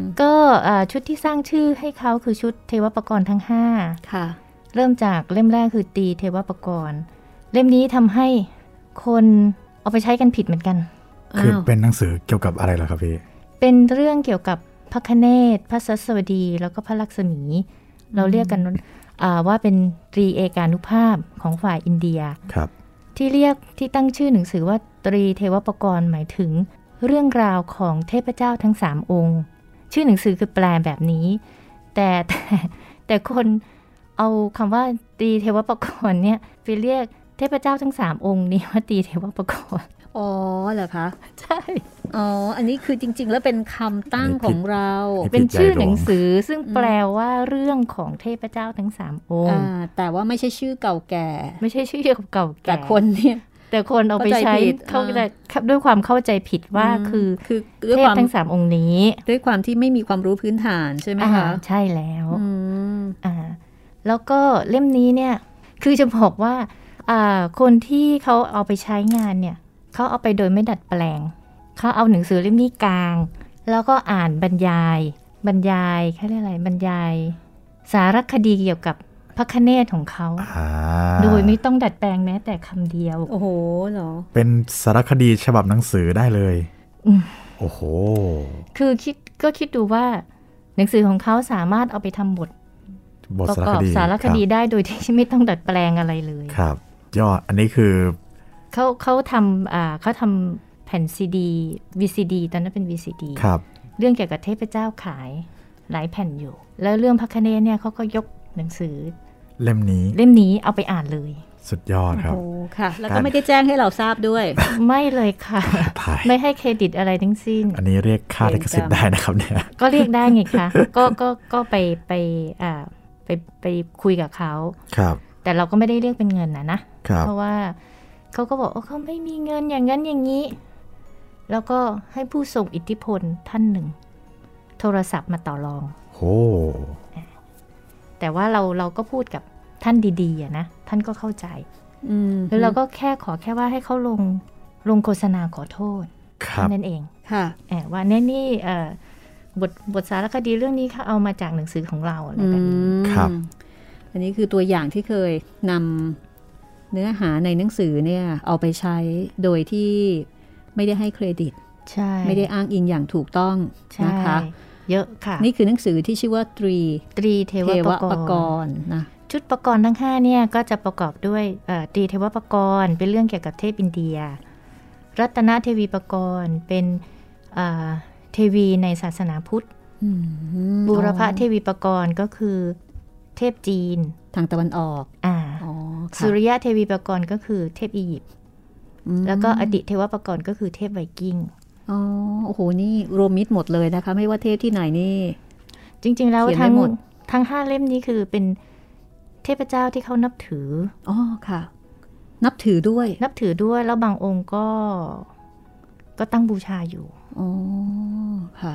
A: ม
C: ก็อ่าชุดที่สร้างชื่อให้เขาคือชุดเทวปกรณ์ทั้ง 5
A: ค่ะ
C: เริ่มจากเล่มแรกคือตีเทวปกรณ์ เล่มนี้ทำให้คนเอาไปใช้กันผิดเหมือนกัน
B: คือ
A: อ้าว
B: เป็นหนังสือเกี่ยวกับอะไรเหรอครับพี่
C: เป็นเรื่องเกี่ยวกับพระคเนศพระสัสวดี แล้วก็พระลักษมี เราเรียกกันอ่าว่าเป็นตรีเอกานุภาพของฝ่ายอินเดีย
B: ครับ
C: ที่เรียกที่ตั้งชื่อหนังสือว่าตรีเทวปกรณ์หมายถึง เรื่องราวของเทพเจ้าทั้งสามองค์ ชื่อหนังสือคือแปลแบบนี้ แต่ [laughs] แต่แต่คนเอาคำว่าตรีเทวปกรณ์เนี่ยไปเรียกเทพเจ้าทั้งสามองค์นี้ว่าตรีเทวปกรณ์ [laughs]
A: อ๋อเหรอคะ
C: ใช่
A: อ๋ออันนี้คือจริง ๆ แล้วเป็นคำตั้งของเรา
B: ผิด
C: เป็นชื่อหนัง
B: ใจหลวง
C: สือซึ่งแปลว่าเรื่องของเทพเจ้าทั้งสามองค์
A: อ่าแต่ว่าไม่ใช่ชื่อเก่าแก่
C: ไม่ใช่ชื่อเกี่ยวกับเก่าแก่
A: แต่คนเนี่ย
C: แต่คนเอาไปใช้
A: เข้าใจผิด
C: เขา
A: อ่า
C: แต่ด้วยความเข้าใจผิดว่าคือ
A: คือด้วย
C: เท
A: ค
C: พ
A: วาม
C: ทั้งสามองค์นี้
A: ด้วยความที่ไม่มีความรู้พื้นฐานใช่ไหม
C: อ่า
A: คะ
C: ใช่แล้ว
A: อืม
C: อ่าแล้วก็เล่มนี้เนี่ยคือจะบอกว่าอ่าคนที่เขาเอาไปใช้งานเนี่ยเขาเอาไปโดยไม่ดัดแปลงเขาเอาหนังสือเล่มนี้กลาง แล้วก็อ่านบรรยาย บรรยายเขาเรียกอะไรบรรยาย สารคดีเกี่ยวกับพระคเนศของเขา
B: อ่า
C: โดยไม่ต้องดัดแปลงแม้แต่คำเดียว
A: โอ้โหเหรอ
B: เป็นสารคดีฉบับหนังสือได้เลย
C: อืม
B: โอ้โห
C: คือคิดก็คิดดูว่าหนังสือของเขาสามารถเอาไปทำบท
B: บท
C: ประ
B: สาร
C: ก
B: ค
C: อบ
B: ดี
C: สารคดีได้โดยที่ไม่ต้องดัดแปลงอะไรเลย
B: ครับ ยอด อันนี้คือ
C: เขาเขาทำอ่าเขาทำแผ่นซีดี VCD ตอนนั้นเป็น VCD
B: ครับ
C: เรื่องเกี่ยวกับเทพเจ้าขายหลายแผ่นอยู่ แล้วเรื่องพระคเนศเนี่ยเขาก็ยกหนังสือ
B: เล่มนี้
C: เล่มนี้เอาไปอ่านเลย
B: สุดยอดครับ
A: โอ้ค่ะ แล้ว
B: กา
A: ก็
B: ร
A: ไม่ได้แจ้งให้เราทราบด้วย
C: ไม่เลยค่ะ
B: [laughs] ถ่าย
C: ไม่ให้เครดิตอะไรทั้งสิ้น
B: อันนี้เรียกค่าลิขสิทธิ์ได้นะครับเนี่ย
C: ก็เรียกได้ไงคะก็ก็ก็ไปไปอ่าไปไปคุยกับเขา
B: ครับ
C: แต่เราก็ไม่ได้เรียกเป็นเงินนะนะ
B: ครับ
C: เพราะว่าเขาก็บอกว่าเขาไม่มีเงินอย่างนั้นอย่างนี้ แล้วก็ให้ผู้ส่งอิทธิพลท่านหนึ่ง โทรศัพท์มาต่อรอง
B: โห
C: แต่ว่าเราเราก็พูดกับท่านดีๆอะนะท่านก็เข้าใจ
A: อืม
C: แล้วเราก็แค่ขอแค่ว่าให้เขาลงลงโฆษณาขอโทษ
B: ค
C: เท่า
B: รับ
C: นั่นเอง
A: ค่ะ
C: แอบว่าแน่นี่เอ่อบทบทสารคดีเรื่องนี้เขาเอามาจากหนังสือของเราอะไร
A: อื
C: แบบนี้
A: ม
B: ครับ
A: อันนี้คือตัวอย่างที่เคยนำเนื้อหาในหนังสือเนี่ยเอาไปใช้โดยที่ไม่ได้ให้เครดิต
C: ใช่
A: ไม่ได้อ้างอิงอย่างถูกต้อง
C: ใช่
A: นะคะ
C: เยอะค่ะ
A: นี่คือหนังสือที่ชื่อว่าตรี
C: ตรีเท
A: เทว
C: วะป
A: ป
C: ก
A: ก
C: ร
A: ร
C: ณ์
A: ณ์นะ
C: ชุดประกรณ์ทั้งห้าเนี่ยก็จะประกอบด้วยเอ่อตรีเทวปกรณ์เป็นเรื่องเกี่ยวกับเทพอินเดีย รัตนเทวีปกรณ์เป็นเอ่อเทวีในศาสนาพุทธ
A: อืม
C: บูรพะเทวีปกรณ์ก็คือเทพจีน
A: ทางตะวันออก
C: อ่า
A: อ๋อค่ะ
C: สุริยะเทวีปกรณ์ก็คือเทพอียิปต์
A: อืม
C: แล้วก็อติเทวปกรณ์ก็คือเทพไวกิ้ง
A: อ๋อโอ้โหนี่รวมมิตรหมดเลยนะคะ ไม่ว่าเทพที่ไหนนี่
C: จริง ๆ แล้ว
A: เขียนไว้
C: ทั้ง
A: หมด
C: ทั้งห้าเล่มนี้คือเป็นเทพเจ้าที่เขานับถือ
A: อ๋อค่ะ นับถือด้วย
C: นับถือด้วยแล้วบางองค์ก็ก็ตั้งบูชาอยู่
A: อ๋อค่ะ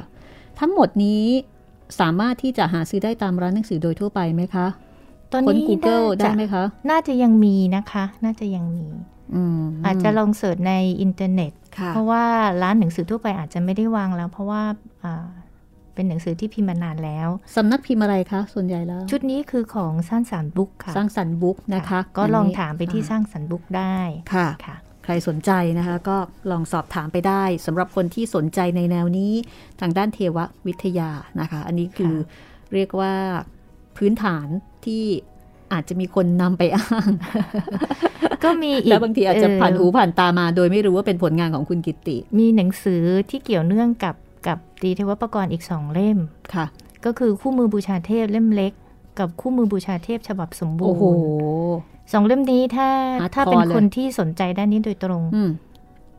A: ทั้งหมดนี้สามารถที่จะหาซื้อได้ตามร้านหนังสือโดยทั่วไปไหมคะ
C: ตอน
A: ค้น
C: นี้
A: Google ได้
C: น่าจะ
A: ไหมคะ
C: น่าจะยังมีนะคะ น่าจะยังมี
A: อืม
C: อาจจะลองเสิร์ชในอินเทอร์เน็ต
A: ค่ะ
C: เพราะว่าร้านหนังสือทั่วไปอาจจะไม่ได้วางแล้ว เพราะว่าอ่าเป็นหนังสือที่พิมพ์มานานแล้ว
A: สำนักพิมพ์อะไรคะ ส่วนใหญ่แล้ว
C: ชุดนี้คือของสร้างสรรค์บุ๊กค่ะ
A: สร้างสรรค์บุ๊กนะคะ
C: ก็ลองถามไปที่สร้างสรรค์บุ๊กได้
A: ค่ะ
C: ค่ะ
A: ใครสนใจนะคะ ก็ลองสอบถามไปได้สำหรับคนที่สนใจในแนวนี้ทางด้านเทววิทยานะคะ อันนี้คือ
C: ค่ะ
A: เรียกว่าพื้นฐานที่อาจจะมีคนนำไปอ้าง
C: ก็มีอีก
A: [laughs] แล้วบางทีอาจจะ
C: เ
A: ผ่านหูผ่านตามา โดยไม่รู้ว่าเป็นผลงานของคุณกิตติ
C: มีหนังสือที่เกี่ยวเนื่องกับกับตรีเทวปกรณ์อีกสองเล่ม
A: ค่ะ
C: ก็คือคู่มือบูชาเทพเล่มเล็ก กับคู่มือบูชาเทพฉบับสมบู
A: โอ้
C: ร
A: โห
C: ณ์สองเล่มนี้ถ้า
A: หาทอ
C: ถ้าเป็น
A: เลย
C: คนที่สนใจด้านนี้โดยตรง
A: อืม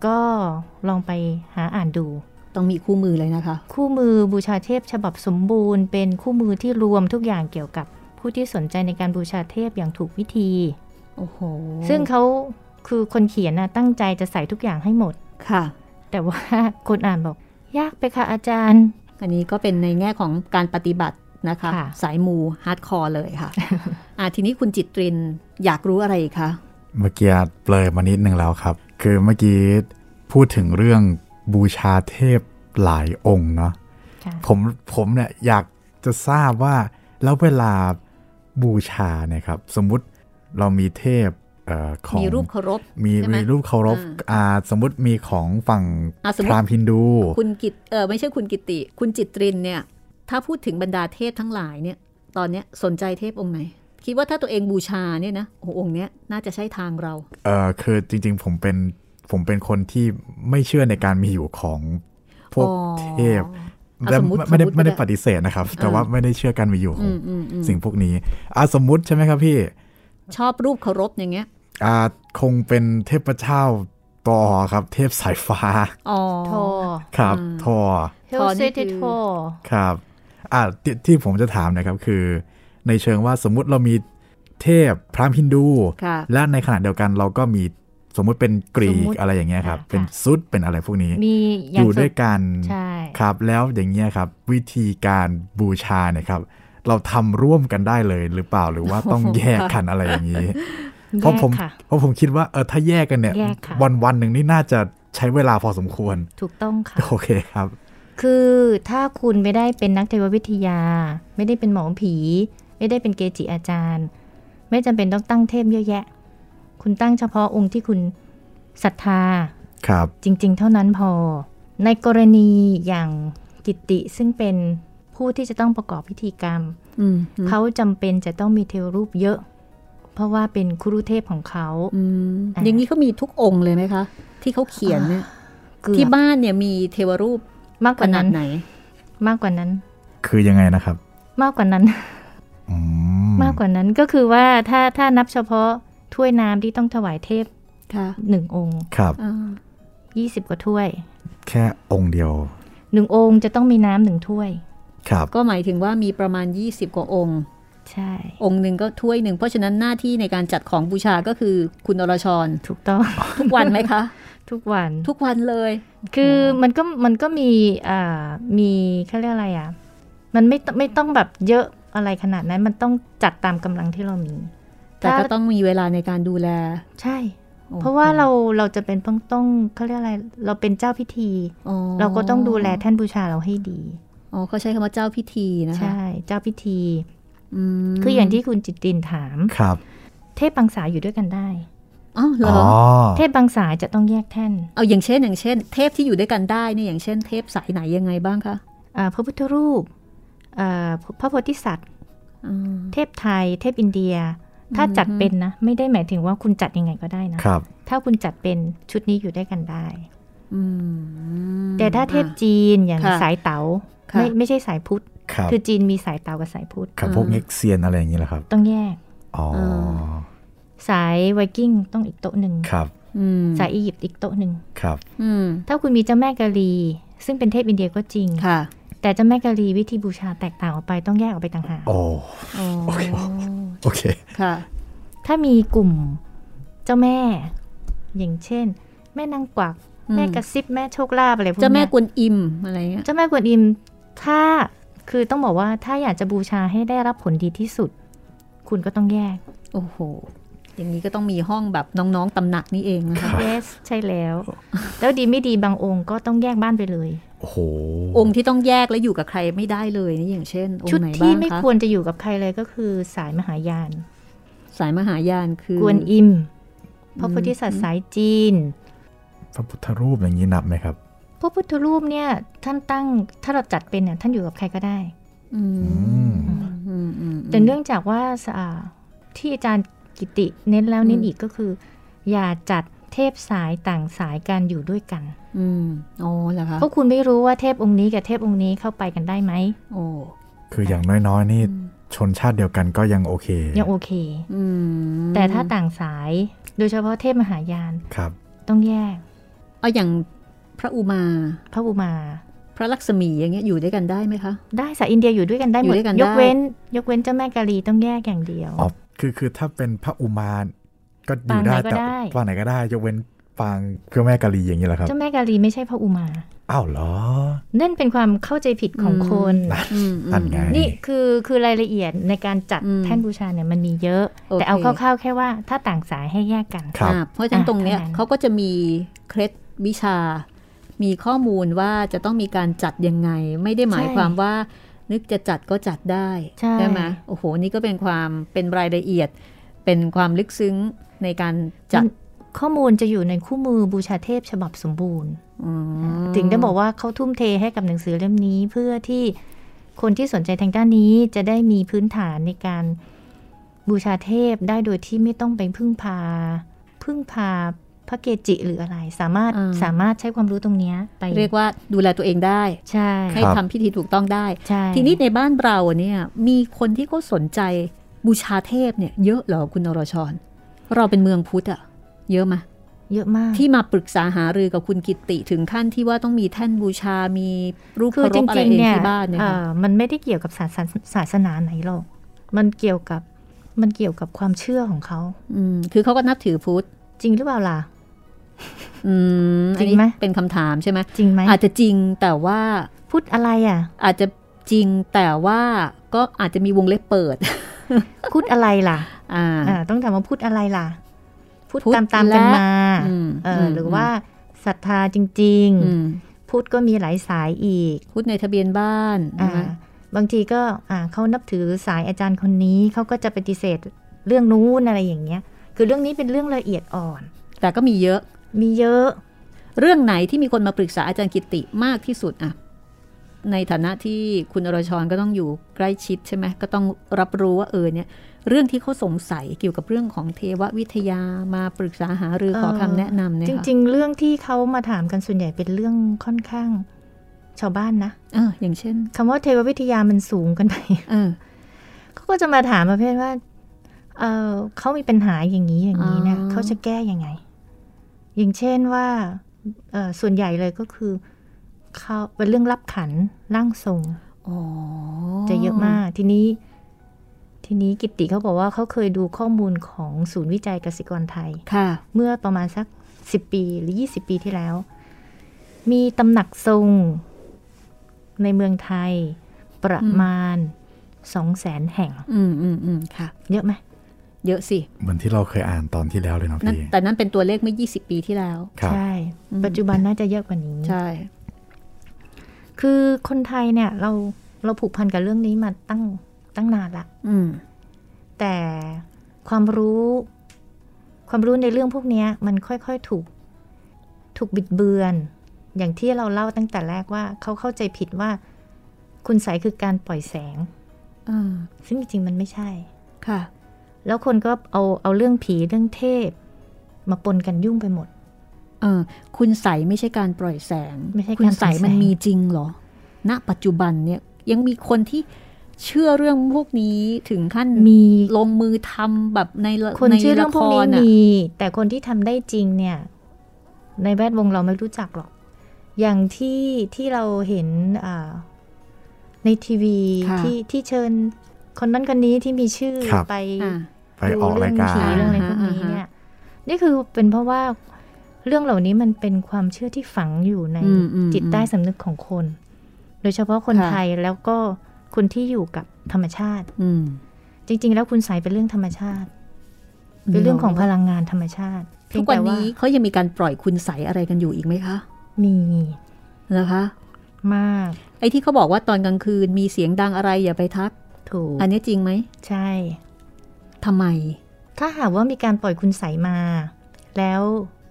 C: ก็ลองไปหาอ่านดู
A: ต้องมีคู่มือเลยนะคะ
C: คู่มือบูชาเทพฉบับสมบูรณ์ เป็นคู่มือที่รวมทุกอย่างเกี่ยวกับผู้ที่สนใจในการบูชาเทพอย่างถูกวิธี
A: โอ้โห
C: ซึ่งเขาคือคนเขียนนะตั้งใจจะใส่ทุกอย่างให้หมด
A: ค่ะ
C: แต่ว่า คนอ่านบอก ยากไปค่ะอาจารย์
A: อันนี้ก็เป็นในแง่ของการปฏิบัตินะคะ
C: ค่ะ
A: สายมูฮาร์ดคอร์เลย [laughs] ค่ะ อ่ะทีนี้คุณจิตรินอยากรู้อะไรอีกคะ
B: เมื่อกี้เปลยมานิดนึงแล้วครับ คือเมื่อกี้พูดถึงเรื่องบูชาเทพหลายองค์เนาะ
C: ค่ะ
B: ผมผมเนี่ยอยากจะทราบว่าแล้วเวลาบูชาเนี่ยครับ สมมุติเรามีเทพเออของ
A: มีรูปเคารพ
B: มี
A: ใช่ไหม
B: มีรูปเคารพ
A: อ่า
B: อ่าสมมติมีของฝั่ง
A: อ่าสมมุติ
B: พราหมณ์ฮินดู
A: คุณกิตเออไม่ใช่คุณกิตติ คุณจิตรินเนี่ย ถ้าพูดถึงบรรดาเทพทั้งหลายเนี่ย ตอนเนี้ยสนใจเทพองค์ไหน คิดว่าถ้าตัวเองบูชาเนี่ยนะโอ้โหองค์เนี้ยน่าจะใช่ทางเรา
B: เออคือจริงๆผมเป็นผมเป็นคนที่ไม่เชื่อในการมีอยู่ของพวก
A: อ๋อ
B: เทพ
A: อ่ะ
B: และ
A: สมมุติ
B: ไม่ได้
A: สมมุติก็ได้
B: ไม่ได้ปฏิเสธนะครับ แต่ว่า
A: อ่า
B: ไม่ได้เชื่อการมีอยู่ขอ
A: อื
B: ง
A: มอืมอืม
B: สิ่งพวกนี้อ่ะสมมุติใช่ไหมครับพี่
A: ชอบรูปเคารพอย่างเงี้ย
B: อ่ะคงเป็นเทพเจ้าต่อครับ เทพสายฟ้า
A: อ๋อ
C: โทร
B: ครับ
A: อืม
B: ทอ
C: เฮ
A: ทอ
C: ล
A: นี่
C: เซติ
A: คือ
C: โท
B: ครับอ่ะทที่ผมจะถามนะครับคือ ในเชิงว่าสมมุติเรามีเทพพราหมณ์ฮินดู
A: ค่ะ
B: และในขณะเดียวกันเราก็มีสมมุติเป็นกรีกอะไรอย่างเงี้ยครับ เป็นซุดเป็นอะไรพวกนี้
C: มี
B: อยู่ด้วย
C: สม
B: กัน
C: ใช่
B: ครับ แล้วอย่างเงี้ยครับ วิธีการบูชาเนี่ยครับ เราทำร่วมกันได้เลยหรือเปล่าหรือว่าต้องแยกกันอะไรอย่างนี้
C: [laughs]
B: เพราะ
C: แยก
B: ผม
C: ค่ะ
B: เพราะผมคิดว่าเออถ้าแยกกันเนี่ย
C: แยกค่ะ
B: วันวันๆหนึ่งนี่น่าจะใช้เวลาพอสมควร [laughs]
C: ถูกต้องค่ะ
B: โอเคครับ
C: คือถ้าคุณไม่ได้เป็นนักเทววิทยา ไม่ได้เป็นหมอผี ไม่ได้เป็นเกจิอาจารย์ ไม่จำเป็นต้องตั้งเทพเยอะแยะ คุณตั้งเฉพาะองค์ที่คุณศรัทธา
B: ครับ
C: จริง ๆ เท่านั้นพอ ในกรณีอย่างกิตติซึ่งเป็นผู้ที่จะต้องประกอบพิธีกรรม
A: อืม
C: เขาจำเป็นจะต้องมีเทวรูปเยอะ เพราะว่าเป็นครูเทพของเขา
A: อืมอย่างนี้เขามีทุกองค์เลยไหมคะ ที่เขาเขียนเนี่ย
C: เกือบ
A: ที่บ้านเนี่ยมีเทวรูป
C: มากก
A: ข
C: ว่า
A: นา
C: นั้
A: ด
C: น
A: ไหน
C: มากกว่านั้น
B: คือยังไงนะครับ
C: มากกว่านั้น
B: อืม
C: มากกว่านั้นก็คือว่าถ้าถ้านับเฉพาะถ้วยน้ำที่ต้องถวายเทพ
A: ค่ะ
C: หนึ่งองค์
B: ครับ
A: อ่า
C: ยี่สิบกว่าถ้วย
B: แค่องค์เดียว
C: หนึ่งองค์จะต้องมีน้ำหนึ่งถ้วย
B: ครับ
A: ก็หมายถึงว่ามีประมาณ 20 กว่าองค์
C: ใช่
A: องค์หนึ่งก็ถ้วยหนึ่ง เพราะฉะนั้นหน้าที่ในการจัดของบูชาก็คือคุณอรชร
C: ถูกต้อง [laughs]
A: ทุกวันไหมคะ
C: ทุกวัน
A: ทุกวันเลย
C: คือมันก็มันก็มีอ่ามีเขาเรียกอะไรอ่ะ มันไม่ต้องไม่ต้องแบบเยอะอะไรขนาดนั้นมันต้องจัดตามกำลังที่เรามี
A: แต่ก็
C: ถ้า
A: ต้องมีเวลาในการดูแล
C: ใช่
A: โอ้
C: เพราะว่าเราเราจะเป็นต้องต้องเขาเรียกอะไร เราเป็นเจ้าพิธี
A: อ๋อ
C: เราก็ต้องดูแลท่านบูชาเราให้ดี
A: อ๋อเขาใช้คำว่าเจ้าพิธีนะคะ
C: ใช่เจ้าพิธี
A: อืม
C: คืออย่างที่คุณจิตตินถาม
B: ครับ
C: เทพบังสาอยู่ด้วยกันได้
A: อ๋อเหร
B: อ๋
A: อ
B: อ
C: เทพบังสาจะต้องแยกแท่น
A: เอาอย่างเช่นอย่างเช่น เทพที่อยู่ด้วยกันได้เนี่ยอย่างเช่น เทพสายไหนยังไงบ้างคะ
C: อ่าพระพุทธรูปอ่าพระโพธิสัตว์
A: อืม
C: เทพไทย เทพอินเดีย ถ้าจัด
A: อืม
C: เป็นนะ ไม่ได้หมายถึงว่าคุณจัดยังไงก็ได้นะ
B: ครับ
C: ถ้าคุณจัดเป็นชุดนี้อยู่ด้วยกันได้
A: อืม
C: แต่ถ้าเทพจีนอย่าง
A: ค่ะ
C: สายเตา๋า
A: ค่ะ
C: ไม่ไม่ใช่สายพุทธ
B: ครับ
C: คือจีนมีสายเต๋ากับสายพุทธ
B: ครับพวกเง็กเซียนอะไรอย่างนี้แหละครับ
C: ต้องแยก
B: อ๋อ
C: สายไวกิ้งต้องอีกโต๊ะหนึ่ง
B: ครับ
A: อืม
C: สายอียิปต์อีกโต๊ะหนึ่ง
B: ครับ
A: อืม
C: ถ้าคุณมีเจ้าแม่กาลี ซึ่งเป็นเทพอินเดียก็จริง
A: ค่ะ
C: แต่เจ้าแม่กาลีวิธีบูชาแตกต่างออกไปต้องแยกออกไปต่างหาก
B: โอ้
A: โอเค
B: โอเค
A: ค่ะ
C: ถ้ามีกลุ่มเจ้าแม่ อย่างเช่น แม่นางกวัก
A: อืม
C: แม่กระซิบแม่โชคลาภอะไรพวก
A: เจ้าแม่
C: เนี้ย
A: กวนอิมอะไรเงี้ย
C: เจ้าแม่กวนอิมถ้าคือต้องบอกว่าถ้าอยากจะบูชาให้ได้รับผลดีที่สุด คุณก็ต้องแยก
A: โอ้โห อย่างนี้ก็ต้องมีห้องแบบน้องๆตำหนักนี่เองนะคะ
C: yes ใช่แล้ว แล้วดีไม่ดีบางองค์ก็ต้องแยกบ้านไปเลย
B: โอ้โห
A: องค์ที่ต้องแยกและอยู่กับใครไม่ได้เลยนี่อย่างเช่นอง
C: ชุด
A: ค์ไหน
C: ที่
A: บ้าง
C: ไม่
A: คะ
C: ควรจะอยู่กับใครเลยก็คือสายมหายาน
A: สายมหายานคือก
C: วนอิมพระโพธิสัตว์สายจีน
B: พระพุทธรูปอย่างนี้นับไหมครับ
C: พระพุทธรูปเนี่ยท่านตั้งถ้าเราจัดเป็นเนี่ยท่านอยู่กับใครก็ได้
A: อืม
B: อืม
A: อืมอืม
C: แต่เนื่องจากว่าสอ่าที่อาจารย์กิติเน้นแล้วเน้
A: อื
C: น
A: ม
C: อีกก็คือ อย่าจัดเทพสายต่างสายการอยู่ด้วยกัน
A: อืมอ๋อเหรอคะ
C: เพราะคุณไม่รู้ว่าเทพองค์นี้กับเทพองค์นี้เข้าไปกันได้ไหม
A: โอ้
B: คืออย่างน้อยๆ นี่ชนชาติเดียวกันก็ยังโอเค
C: ยังโอเค
A: อืม
C: แต่ถ้าต่างสาย โดยเฉพาะเทพมหายาน
B: ครับ
C: ต้องแยก
A: เอาอย่างพระอุมา
C: พระอุมา
A: พระลักษมีอย่างเงี้ยอยู่ด้วยกันได้ไหมคะ
C: ได้สายอินเดียอยู่ด้วยกันได้หม
A: อ
C: ด
A: ยู่ด้วยกันได้
C: ยกเว้น ยกเว้นเจ้าแม่กาลีต้องแยกอย่างเดียว
B: อ๋อ คือคือถ้าเป็นพระอุมาก็อยู่ได้
C: ปางไหนก็
B: แต่
C: ได้
B: ปางไหนก็ได้ยกเว้นปางเพื่อแม่กาลีอย่างนี้แหละครับ
C: เจ้าแม่กาลีไม่ใช่พระอุมา
B: อ้าวเหรอ
C: นั่นเป็นความเข้าใจผิดของคน
A: อืมอืม
B: นั่นไง
C: นี่คือคือรายละเอียดในการจัด
A: อืม
C: แท่นบูชาเนี่ยมันมีเยอะ
A: โอเค
C: แต่เอาคร่าวๆแค่ว่าถ้าต่างสายให้แยกกัน
B: ครับ
A: อ่าเพราะฉะนั้น
C: อ่ะ
A: ตรงเนี้ย
C: เท่านั้น
A: เขาก็จะมีเคล็ดวิชา มีข้อมูลว่าจะต้องมีการจัดยังไง ไม่ได้หมายความว่า นึกจะจัดก็จัดได้
C: ใช่
A: ไหมโอ้โห นี่ก็เป็นความเป็นรายละเอียด เป็นความลึกซึ้งในการจัด
C: ข้อมูลจะอยู่ในคู่มือบูชาเทพฉบับสมบูรณ์
A: อืม
C: ถึงได้บอกว่าเขาทุ่มเทให้กับหนังสือเล่มนี้เพื่อที่คนที่สนใจทางด้านนี้จะได้มีพื้นฐานในการบูชาเทพได้โดยที่ไม่ต้องไปพึ่งพา พึ่งพาพระเกจิหรืออะไร สามารถสามารถใช้ความรู้ตรงเนี้ยไป
A: เรียกว่าดูแลตัวเองได้
C: ใช่
A: ให้ทำพิธีถูกต้องได้
C: ใช่
A: ทีนี้ในบ้านเราเนี่ยมีคนที่เขาสนใจบูชาเทพเนี่ยเยอะเหรอคุณนรชร เราเป็นเมืองพุทธอะเยอะไหม
C: เยอะมาก
A: ที่มาปรึกษาหารือกับคุณกิติถึงขั้นที่ว่าต้องมีแท่นบูชา มีรูป
C: คือ
A: เคาร
C: จ
A: พอะไร
C: ริง
A: เอง
C: ๆเนี่ย
A: ที่บ้านเนี่ย
C: เอ่
A: ค่ะ
C: อมันไม่ได้เกี่ยวกับศาสนาศาสนาไหนหรอก มันเกี่ยวกับมันเกี่ยวกับความเชื่อของเขา
A: มคือเขาก็นับถือพุทธ
C: จริงหรือเปล่าล่ะ
A: อืม
C: จริงไหม
A: อันนี้เป็นคำถามใช่ไหม
C: จริงไหม
A: อาจจะจริงแต่ว่า
C: พูดอะไรอ่ะ
A: อาจจะจริงแต่ว่าก็อาจจะมีวงเล็บเปิด
C: พูดอะไรล่ะ
A: อ่า
C: อ่าต้องถามว่าพูดอะไรล่ะ พูด
A: พูด
C: ตามตามๆกัน
A: และ
C: มา
A: อืม
C: เอออ
A: ม
C: หรือว่าศรัทธาจริง
A: อืม
C: ๆ พูดก็มีหลายสายอีก
A: พุทธในทะเบียนบ้าน
C: อ่า
A: ใช่ไหม
C: บางทีก็อ่าเขานับถือสายอาจารย์คนนี้เขาก็จะปฏิเสธเรื่องนู้นอะไรอย่างเงี้ย คือเรื่องนี้เป็นเรื่องละเอียดอ่อน
A: แต่ก็มีเยอะ
C: มีเยอะ
A: เรื่องไหนที่มีคนมาปรึกษาอาจารย์กิติมากที่สุดอะในฐานะที่คุณอรชรก็ต้องอยู่ใกล้ชิดใช่ไหมก็ต้องรับรู้ว่าเออเนี่ย เรื่องที่เขาสงสัยเกี่ยวกับเรื่องของเทววิทยามาปรึกษาหารือขอ
C: เอ่อ
A: คำแนะนำเนี่ย
C: จ
A: ค่ะ
C: ริงๆ เรื่องที่เขามาถามกันส่วนใหญ่เป็นเรื่องค่อนข้างชาวบ้านนะ
A: เอออย่างเช่น
C: คำว่าเทววิทยามันสูงกันไป [laughs]
A: เออ
C: เขาก็จะมาถามประเภทว่าเออเขามีปัญหาอย่างนี้อย่างนี้นะเขาจะแก้ยังไง อย่างเช่นว่าเอ่อส่วนใหญ่เลยก็คือเขาเป็นเรื่องรับขันร่างทรง
A: อ๋อ
C: จะเยอะมาก ทีนี้ ทีนี้กิตติเขาบอกว่าเขาเคยดูข้อมูลของศูนย์วิจัยกสิกรไทย
A: ค่ะ
C: เมื่อประมาณสักสิบปีหรือยี่สิบปีที่แล้ว มีตำหนักทรงในเมืองไทย ประมาณสองแสนแห่ง
A: อืมอืมอืมค่ะ
C: เยอะไหม
A: เยอะสิ
B: เหมือนที่เราเคยอ่านตอนที่แล้วเลยเนาะ
A: นั่น
B: พี่
A: แต่นั่นเป็นตัวเลขเมื่อ 20 ปีที่แล้ว
B: ครับ
C: ใช่
A: อืม
C: ปัจจุบันน่าจะเยอะกว่านี้
A: ใช่
C: คือคนไทยเนี่ยเราเราผูกพันกับเรื่องนี้มาตั้งตั้งนานละ
A: อืม
C: แต่ความรู้ ความรู้ในเรื่องพวกเนี้ย มันค่อยๆถูก ถูกบิดเบือน อย่างที่เราเล่าตั้งแต่แรกว่าเขาเข้าใจผิดว่า คุณใสยคือการปล่อยแสง
A: อ่า
C: ซึ่งจริงๆมันไม่ใช่
A: ค่ะ
C: แล้วคนก็เอาเอาเรื่องผีเรื่องเทพ มาปนกันยุ่งไปหมด
A: เออคุณใสไม่ใช่การปล่อยแสง
C: ไม่ใช่การปล่
A: คุ
C: อยแสง
A: ณใสมันมีจริงเหรอ ณ ปัจจุบันเนี่ยยังมีคนที่เชื่อเรื่องพวกนี้ถึงขั้น
C: มี
A: ลงมือทำแบบในละ
C: คน
A: ใน
C: เชื่อเรื่
A: ละ
C: อง
A: ค
C: พวกนี้
A: รน่ะ
C: มี แต่คนที่ทำได้จริงเนี่ย ในแวดวงเราไม่รู้จักหรอก อย่างที่ที่เราเห็นอ่าในทีวี
A: ะ
C: ที่ที่เชิญ คนนั้นคนนี้ที่มีชื่อ
B: ครับ
C: ไป
A: ะ
B: ไปออกรายการ
C: ดูเรื่องผีเรื่องอะไรพวกนี้
A: อ่าฮะ
C: เนี่ย นี่คือเป็นเพราะว่าเรื่องเหล่านี้มันเป็นความเชื่อที่ฝังอยู่ใน
A: อืมอืม
C: จิตใต้สำนึกของคน โดยเฉพาะคน
A: ค่ะ
C: ไทยแล้วก็คนที่อยู่กับธรรมชาติ
A: อืม
C: จริง ๆ แล้วคุณสายเป็นเรื่องธรรมชาติ เป็นเรื่องของพลังงานธรรมชาติเพี
A: ทุ
C: ยง
A: กวัน
C: แต่
A: นี้เขายังมีการปล่อยคุณใสอะไรกันอยู่อีกไหมคะ
C: มี
A: นะคะ
C: มาก
A: ไอ้ที่เขาบอกว่าตอนกลางคืนมีเสียงดังอะไรอย่าไปทัก
C: ถูก
A: อันนี้จริงไหม
C: ใช่
A: ทำไม
C: ถ้าหากว่ามีการปล่อยคุณใสยมา แล้ว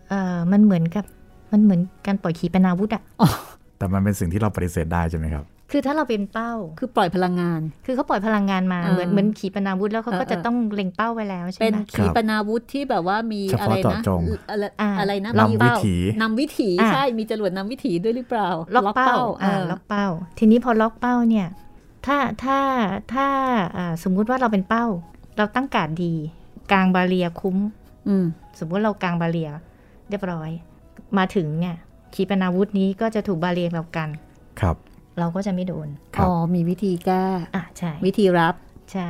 C: เอ่อมันเหมือนกับมันเหมือนการปล่อยขีปนาวุธอะ
B: แต่มันเป็นสิ่งที่เราปฏิเสธได้ใช่ไหมครับ
C: คือถ้าเราเป็นเป้า
A: คือปล่อยพลังงาน
C: คือเขาปล่อยพลังงานมา
A: อ่า
C: เหมือนเหมือนขีปนาวุธแล้วเขาก็
A: เออเออ
C: จะต้องเล็งเป้าไว้แล้วใช่
A: เป็น
C: ไหม
A: ขีปนาวุธที่แบบว่ามี
B: เฉ
A: อะไร
B: พาะเจาะ
A: นะ
B: จง
A: อะไร
C: อ่า
A: อะไรนะ
B: นำวิถี
A: นำวิถี
C: อ่า
A: ใช่มีจรวดนำวิถีด้วยหรือเปล่า
C: ล็อกเป้าอ่า
A: เออ
C: ล็อกเป้า ทีนี้พอล็อกเป้าเนี่ย ถ้าถ้าถ้าอ่าสมมุติว่าเราเป็นเป้า เราตั้งการดดีกลางบาเรียคุ้ม
A: อืม
C: สมมุติเรากลางบาเรียเรียบร้อย มาถึงเนี่ยขีปนาวุธนี้ก็จะถูกบาเรียเรากัน
B: ครับ
C: เราก็จะไม่โดน
B: ครับ
A: อ๋อมีวิธีแก้
C: อ่ะใช่
A: วิธีรับ
C: ใช่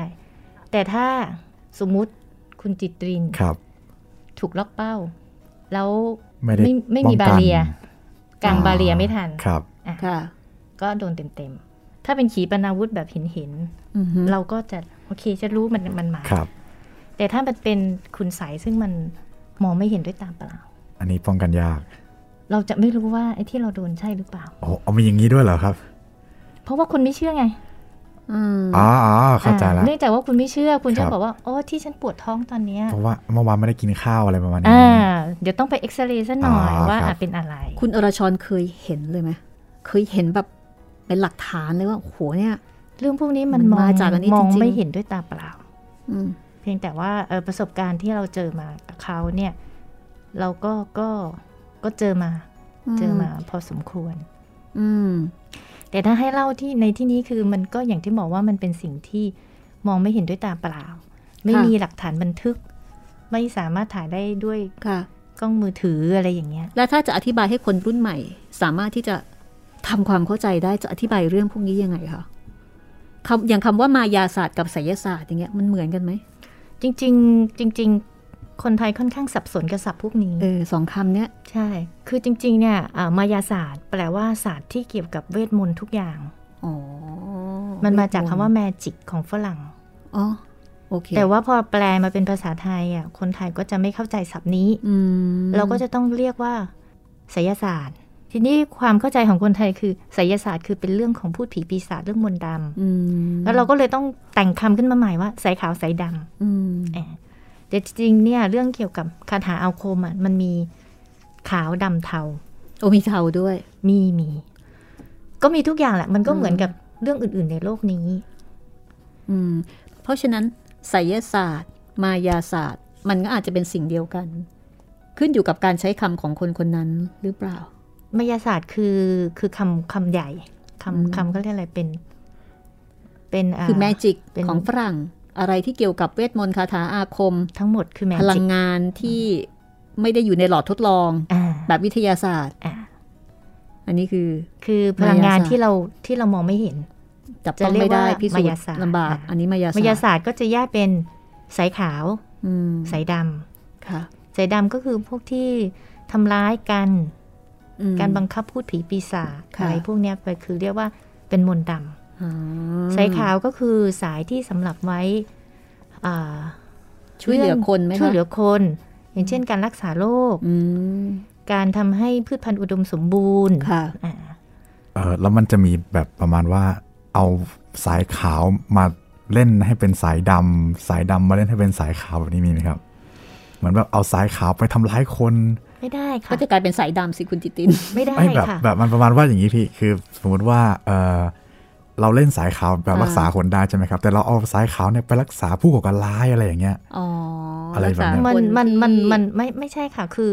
C: แต่ถ้าสมมุติคุณจิตริน
B: ครับ
C: ถูกล็อกเป้า แล้ว
B: ไม่ได้
C: ไม่ไม่มี
B: ป้
C: บา
B: องกัน
C: เรียกลางบาเรียไม่ทัน
B: ครับ
A: ค่ะ
C: ก็โดนเต็มๆ ถ้าเป็นขีปนาวุธแบบเห็นเห็น
A: อือฮึ
C: ๆเราก็จะโอเคจะรู้มันมันมา
B: ครับ
C: แต่ถ้ามันเป็นคุณใสยซึ่งมันมองไม่เห็นด้วยตาเปล่า
B: อันนี้ป้องกันยาก
C: เราจะไม่รู้ว่าไอ้ที่เราโดนใช่หรือเปล่า
B: โอ้เอามีอย่างนี้ด้วยเหรอครับ
C: เพราะว่าคุณไม่เชื่อไง
A: อืม
B: อ๋ออ๋อเข้าใจแล้ว
C: เนื่องจากว่าคุณไม่เชื่อคุณ
B: ครั
C: จะ
B: บ
C: บอกว่าโอ้ที่ฉันปวดท้องตอนเนี้ย
B: เพราะว่าเมื่อวานไม่ได้กินข้าวอะไรประมาณนี้
C: อ่า เดี๋ยวต้องไปเอ็กซเรย์ซะหน่อย
B: อ๋อ
C: ว่า
B: ครับ
C: อาจเป็นอะไร
A: คุณอรชรเคยเห็นเลยไหมเคยเห็นแบบเป็นหลักฐานเลยว่าโอ้โหเนี่ย
C: เรื่องพวกนี้มัน
A: มัน
C: มอง
A: มาจากอันนี้
C: มอง
A: จริงๆ
C: ไม่เห็นด้วยตาเปล่า
A: อืม
C: เพียงแต่ว่าเอ่อประสบการณ์ที่เราเจอมากับเขาเนี่ย เราก็ก็ก็เจอมา เจอมาพอสมควร
A: อืม
C: แต่ถ้าให้เล่าที่ในที่นี้คือมันก็อย่างที่บอกว่ามันเป็นสิ่งที่มองไม่เห็นด้วยตาเปล่า ไม่มีหลักฐานบันทึก ไม่สามารถถ่ายได้ด้วย
A: ค่ะ
C: กล้องมือถืออะไรอย่างเงี้ย
A: แล้วถ้าจะอธิบายให้คนรุ่นใหม่ สามารถที่จะทำความเข้าใจได้จะอธิบายเรื่องพวกนี้ยังไงคะคำอย่างคำว่ามายาศาสตร์กับไสยศาสตร์อย่างเงี้ยมันเหมือนกันไหม
C: จริง ๆ จริง ๆ คนไทยค่อนข้างสับสนกับศัพท์พวกนี้
A: เออสองคำเนี้ย
C: ใช่ คือจริง ๆ เนี่ยอ่ามายาศาสตร์ แปลว่าศาสตร์ที่เกี่ยวกับเวทมนต์ทุกอย่าง
A: อ๋อ
C: มันมาจากคำว่าแมจิกของฝรั่ง
A: อ๋อโอเค
C: แต่ว่าพอแปลมาเป็นภาษาไทยอ่ะคนไทยก็จะไม่เข้าใจศัพท์นี้
A: อืม
C: เราก็จะต้องเรียกว่าไสยศาสตร์ ทีนี้ความเข้าใจของคนไทยคือไสยศาสตร์คือเป็นเรื่องของพูดผีปีศาจเรื่องมนต์ด
A: อืม
C: ำแล้วเราก็เลยต้องแต่งคำขึ้นมาใหม่ว่าไสขาวไสด
A: อืม
C: ำอ่าแต่จริงๆเนี่ยเรื่องเกี่ยวกับคาถาอาคมอ่ะมันมีขาวดำเทา
A: โอมีเทาด้วย
C: มีมี ก็มีทุกอย่างแหละ มันก็เหมือนกับเรื่องอื่น ๆ ในโลกนี้
A: อืมเพราะฉะนั้นไสยศาสตร์ มายาศาสตร์ มันก็อาจจะเป็นสิ่งเดียวกัน ขึ้นอยู่กับการใช้คำของคนคนนั้นหรือเปล่า
C: มายาศาสตร์คือคือคำคำใหญ่คำคำเขาเรียกอะไรเป็น เป็นเ
A: คือแมจิก
C: เป็น
A: ของฝรั่ง อะไรที่เกี่ยวกับเวทมนต์คาถาอาคม
C: ทั้งหมดคือแม
A: พลั
C: จิ
A: ง
C: ก
A: งานที่ไม่ได้อยู่ในหลอดทดลอง
C: อ่า
A: แบบวิทยาศาสตร์
C: อ่า
A: อันนี้คือ
C: คือพลังงาน
A: มายาศาสตร์
C: ที่เราที่เรามองไม่เห็น
A: จับต้องไม่ได้พิสูจ
C: จะเรียกว่ามายา
A: น์
C: ศาสตร์
A: ลำบาก
C: อ่ะ
A: อันนี้มายาศ
C: มายา
A: าสตร์
C: ศาสตร์ก็จะแยกเป็นสายขาว
A: อืม
C: สายด
A: ค่ะ
C: ำสายดำก็คือพวกที่ทำร้ายกัน
A: อืม
C: การบังคับพูดผีปีศาจ
A: ค่ะ
C: อะไรพวกเนี้ยไปคือเรียกว่าเป็นมนต์ดำ
A: อ๋อ
C: สายขาวก็คือสายที่สำหรับไว้อ่า
A: ช่วยเหลือคนไหม
C: ช่วย
A: คะ
C: เหลือคน อย่างเช่นการรักษาโรค
A: อืม
C: การทำให้พืชพันธุ์อุดมสมบูรณ์
A: ค่ะ
C: อ่า
B: เออแล้วมันจะมีแบบประมาณว่า เอาสายขาวมาเล่นให้เป็นสายดำสายดำมาเล่นให้เป็นสายขาวแบบนี้มีไหมครับเหมือนแบบเอาสายขาวไปทำร้ายคน
C: ไม่ได้ค่ะ
A: ก็จะกลายเป็นสายดำสิคุณจิติน
C: ไม่ได้
B: ไอ้ยแบบ
C: ค่ะ
B: แบบมันประมาณว่าอย่างนี้พี่คือสมมติว่าเออเราเล่นสายขาวแบบ
A: อ่ารั
B: รักษาคนได้ใช่ไหมครับ แต่เราเอาสายขาวเนี่ยไปรักษาผู้ก่อการร้ายอะไรอย่างเงี้ย
A: อ๋ออะ
B: อะไรแบบเนี้ย
C: มันมันมันมันไม่ไม่ใช่ค่ะคือ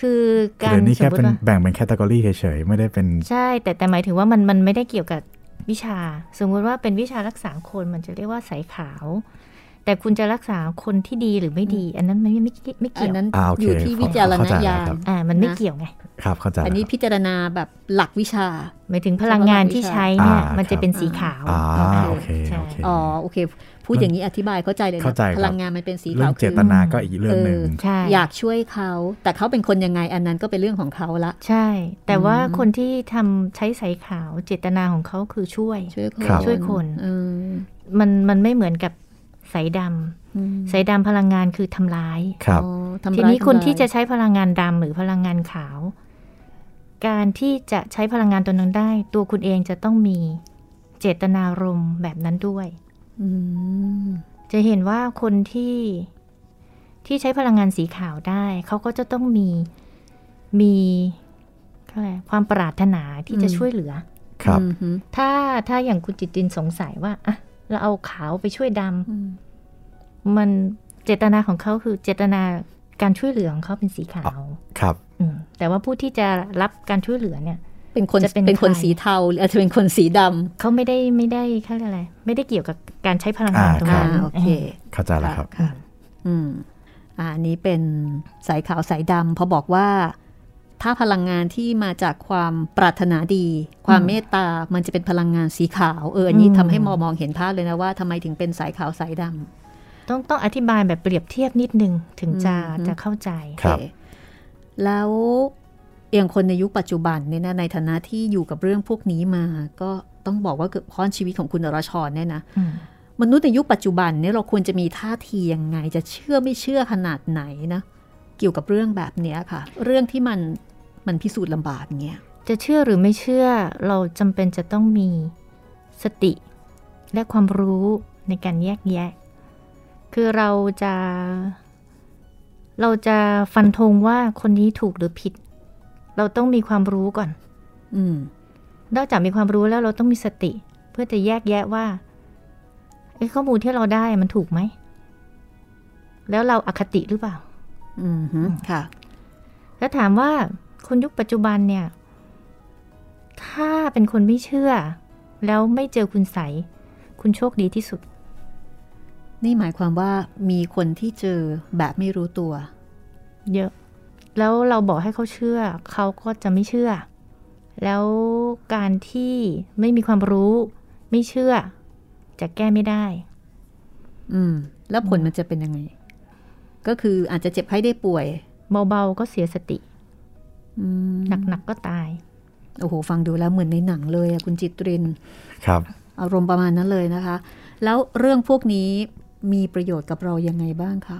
C: คือการ
B: เดี๋ยวนี้แค่เป็น
C: สมมุติว่า
B: แบ่งเป็นแคตตากรีเฉยๆไม่ได้เป็น
C: ใช่ แต่แต่หมายถึงว่ามันมันไม่ได้เกี่ยวกับวิชา สมมุติว่าเป็นวิชารักษาคนมันจะเรียกว่าสายขาว แต่คุณจะรักษาคนที่ดีหรือไม่ดี อันนั้นมันไม่ไม่ไม่ไม่
A: อั
C: เกี่
A: น
C: ยว
A: นั้น
B: อ่าโอเค
A: อยู่ที่วิจารณญาณ
B: เข้าใจแล้วครับ
C: อ่ามันไม่เกี่ยวไง
B: ครับเข้าใจ
A: อันนี้
B: แล้ว
A: พิจารณาแบบหลักวิชา
C: หมายถึงพลังงานที่ใช้เนี่ย
B: อ่ามั
C: มันจะเป็นสีขาว
B: อ่า
C: า
B: โอเค
C: ใช่
B: โอเค
A: อ๋อโอเค พูดอย่างนี้อธิบายเข้าใจเลยนะ
B: เข้าใจครับ
A: พลังงานมันเป็นสี
B: เรื่
A: ขา
B: อ
A: ว
B: ง
A: คื
B: เจตนาก็อีกเรื่องหนึ่ง
C: ใช่
A: อยากช่วยเขา แต่เขาเป็นคนยังไงอันนั้นก็เป็นเรื่องของเขาละ
C: ใช่ แต่ว่า
A: อืม
C: คนที่ทำใช้สายขาวเจตนาของเขาคือช่วย
A: ช่วยคน
B: ครับ
C: ช่วยคน
A: เออ
C: มันมันไม่เหมือนกับสายดำ
A: อืม
C: สายดำพลังงานคือทำร้าย
B: ครับ
A: อ๋อำร้าย
C: ทีนี้ค
A: ำ
C: น
A: ร้าย
C: ที่จะใช้พลังงานดำหรือพลังงานขาว การที่จะใช้พลังงานตัวนั้นได้ ตัวคุณเองจะต้องมีเจตนารมณ์แบบนั้นด้วย
A: อืม
C: จะเห็นว่าคนที่ที่ใช้พลังงานสีขาวได้ เขาก็จะต้องมีมีเขาเรียกอะไรความปรารถนาที่จะช่วยเหลือ
B: ครับ
A: อืมฮึ
C: ถ้าถ้าอย่างคุณจิตตินสงสัยว่าอ่ะเราเอาขาวไปช่วยดำ
A: อืม
C: มันเจตนาของเขาคือเจตนาการช่วยเหลือของเขาเป็นสีขาว
B: ครับ
C: อืมแต่ว่าผู้ที่จะรับการช่วยเหลือเนี่ย
A: เป็นคน
C: จะเป็น
A: เป็นคน
C: ใคร
A: สีเทาหรืออาจจะเป็นคนสีดำ
C: เขาไม่ได้ไม่ได้เขาเรียกอะไร ไม่ได้เกี่ยวกับการใช้พลังงาน
B: อ่า
C: ตรง
A: อ่า
C: นั้น
A: โอเค
B: เข้าใจแล้วครับ
A: ค่ะ อืมอาอันนี้เป็นสายขาวสายดำพอบอกว่า ถ้าพลังงานที่มาจากความปรารถนาดี ความเมตตา มันจะเป็นพลังงานสีขาว เออ อันนี้ทำให้มองมองเห็นภาพเลยนะว่าทำไมถึงเป็นสายขาวสายดำ
C: ต้องต้องอธิบายแบบเปรียบเทียบนิดนึงถึงจะ
A: อืม
C: จะเข้าใจ
B: ครับ
A: โอเแล้วอย่างคนในยุคปัจจุบันเนี่ยนะในฐานะที่อยู่กับเรื่องพวกนี้มา ก็ต้องบอกว่าเกือบค้อนชีวิตของคุณอรชรเนี่ยนะ
C: อืม
A: มนุษย์ในยุคปัจจุบันเนี่ยเราควรจะมีท่าทียังไง จะเชื่อไม่เชื่อขนาดไหนนะ เกี่ยวกับเรื่องแบบเนี้ยค่ะ เรื่องที่มันมันพิสูจน์ลำบากเงี้ย
C: จะเชื่อหรือไม่เชื่อเราจำเป็นจะต้องมีสติ และความรู้ในการแยกแยะ คือเราจะ เราจะฟันธงว่าคนนี้ถูกหรือผิด เราต้องมีความรู้ก่อน
A: อืม
C: นอกจากมีความรู้แล้วเราต้องมีสติ เพื่อจะแยกแยะว่าไอ้ข้อมูลที่เราได้มันถูกไหม แล้วเราอคติหรือเปล่า
A: อืมฮึค่ะ
C: แล้วถามว่าคนยุคปัจจุบันเนี่ย ถ้าเป็นคนไม่เชื่อ แล้วไม่เจอคุณใสยคุณโชคดีที่สุด
A: นี่หมายความว่ามีคนที่เจอแบบไม่รู้ตัว
C: เยอะ แล้วเราบอกให้เขาเชื่อ เขาก็จะไม่เชื่อ แล้วการที่ไม่มีความรู้ ไม่เชื่อ จะแก้ไม่ได้
A: อืม แล้วผลมันจะเป็นยังไง ก็คืออาจจะเจ็บไข้ได้ป่วย
C: เบาๆก็เสียสติ
A: อืม
C: หนักๆก็ตาย
A: โอ้โห ฟังดูแล้วเหมือนในหนังเลยอะคุณจิตริน
B: ครับ
A: อารมณ์ประมาณนั้นเลยนะคะ แล้วเรื่องพวกนี้มีประโยชน์กับเรายังไงบ้างคะ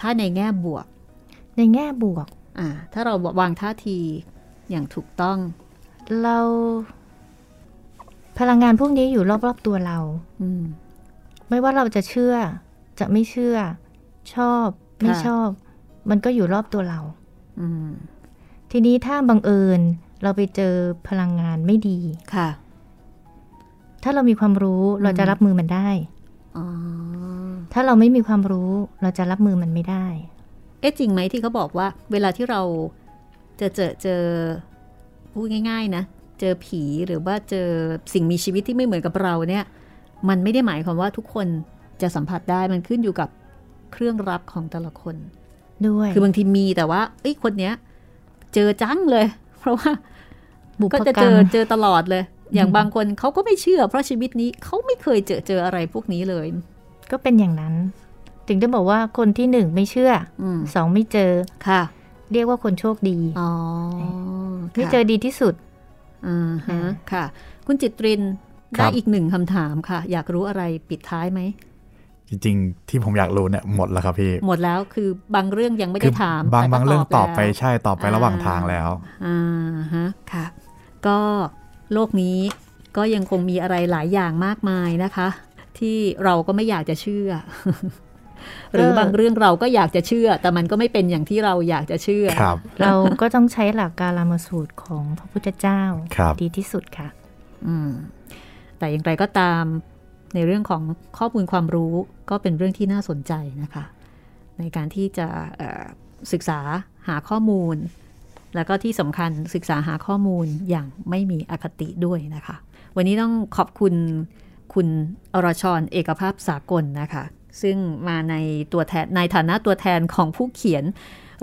A: ถ้าในแง่บวก
C: ในแง่บวก
A: อ่า ถ้าเราวางท่าทีอย่างถูกต้อง
C: เรา พลังงานพวกนี้อยู่รอบๆตัวเรา
A: อืม
C: ไม่ว่าเราจะเชื่อ จะไม่เชื่อ ชอบ ไม่
A: ค่ะ
C: ชอบ มันก็อยู่รอบตัวเรา
A: อืม
C: ทีนี้ถ้าบังเอิญเราไปเจอพลังงานไม่ดี
A: ค่ะ
C: ถ้าเรามีความรู้เราจะรับมือมันได้
A: อ๋อ
C: ถ้าเราไม่มีความรู้เราจะรับมือมันไม่ได้
A: เอ๊ะจริงไหมที่เขาบอกว่า เวลาที่เราจะเจอเจอพูดง่าย ๆ นะ เจอผีหรือว่าเจอสิ่งมีชีวิตที่ไม่เหมือนกับเราเนี่ย มันไม่ได้หมายความว่าทุกคนจะสัมผัสได้มันขึ้นอยู่กับเครื่องรับของแต่ละคน
C: ด้วย
A: คือบางทีมีแต่ว่า เอ้ยคนเนี้ย เจอจังเลย [laughs] เพราะว่า
C: บุพ
A: ก็จะ
C: กร
A: เจ
C: ร
A: อ
C: ม
A: เจอตลอดเลย อย่างบางคนเขาก็ไม่เชื่อ เพราะชีวิตนี้เขาไม่เคยเจอเจออะไรพวกนี้เลย
C: ก็เป็นอย่างนั้น ถึงได้บอกว่าคนที่หนึ่งไม่เชื่อ
A: อืม
C: สองไม่เจอ
A: ค่ะ
C: เรียกว่าคนโชคดี
A: อ๋อ
C: ที่
A: ค่ะ
C: เจอดีที่สุด
A: อ่าฮะค่ะ คุณจิตริน
B: ครั
A: ได้
B: บ
A: อีกหนึ่งคำถามค่ะ อยากรู้อะไรปิดท้ายไหม
B: จริง ๆ ที่ผมอยากรู้เนี่ยหมดแล้วครับพี่
A: หมดแล้วคือบางเรื่องยังไม่
B: คื
A: ได้ถาม
B: บาง
A: แต่ก็
B: บางเรื่องตอบไป
A: แล้ว
B: ใช่ตอบไป
A: อ่า
B: ระหว่างทางแล้ว
A: อ่าฮะค่ะ ก็โลกนี้ก็ยังคงมีอะไรหลายอย่างมากมายนะคะ ที่เราก็ไม่อยากจะเชื่อ [laughs] หรือบางเรื่องเราก็อยากจะเชื่อ แต่มันก็ไม่เป็นอย่างที่เราอยากจะเชื่อ
B: ครับ
C: เราก็ต้องใช้หลักการามาสูตรของพระพุทธเจ้า
B: ครับ
C: ดีที่สุดค่ะ
A: อืมแต่อย่างไรก็ตามในเรื่องของข้อมูลความรู้ก็เป็นเรื่องที่น่าสนใจนะคะ ในการที่จะเอ่อศึกษาหาข้อมูล แล้วก็ที่สำคัญศึกษาหาข้อมูลอย่างไม่มีอคติด้วยนะคะ วันนี้ต้องขอบคุณคุณอรชรเอกภาพสากลนะคะ ซึ่งมาในตัวแทนในฐานะตัวแทนของผู้เขียน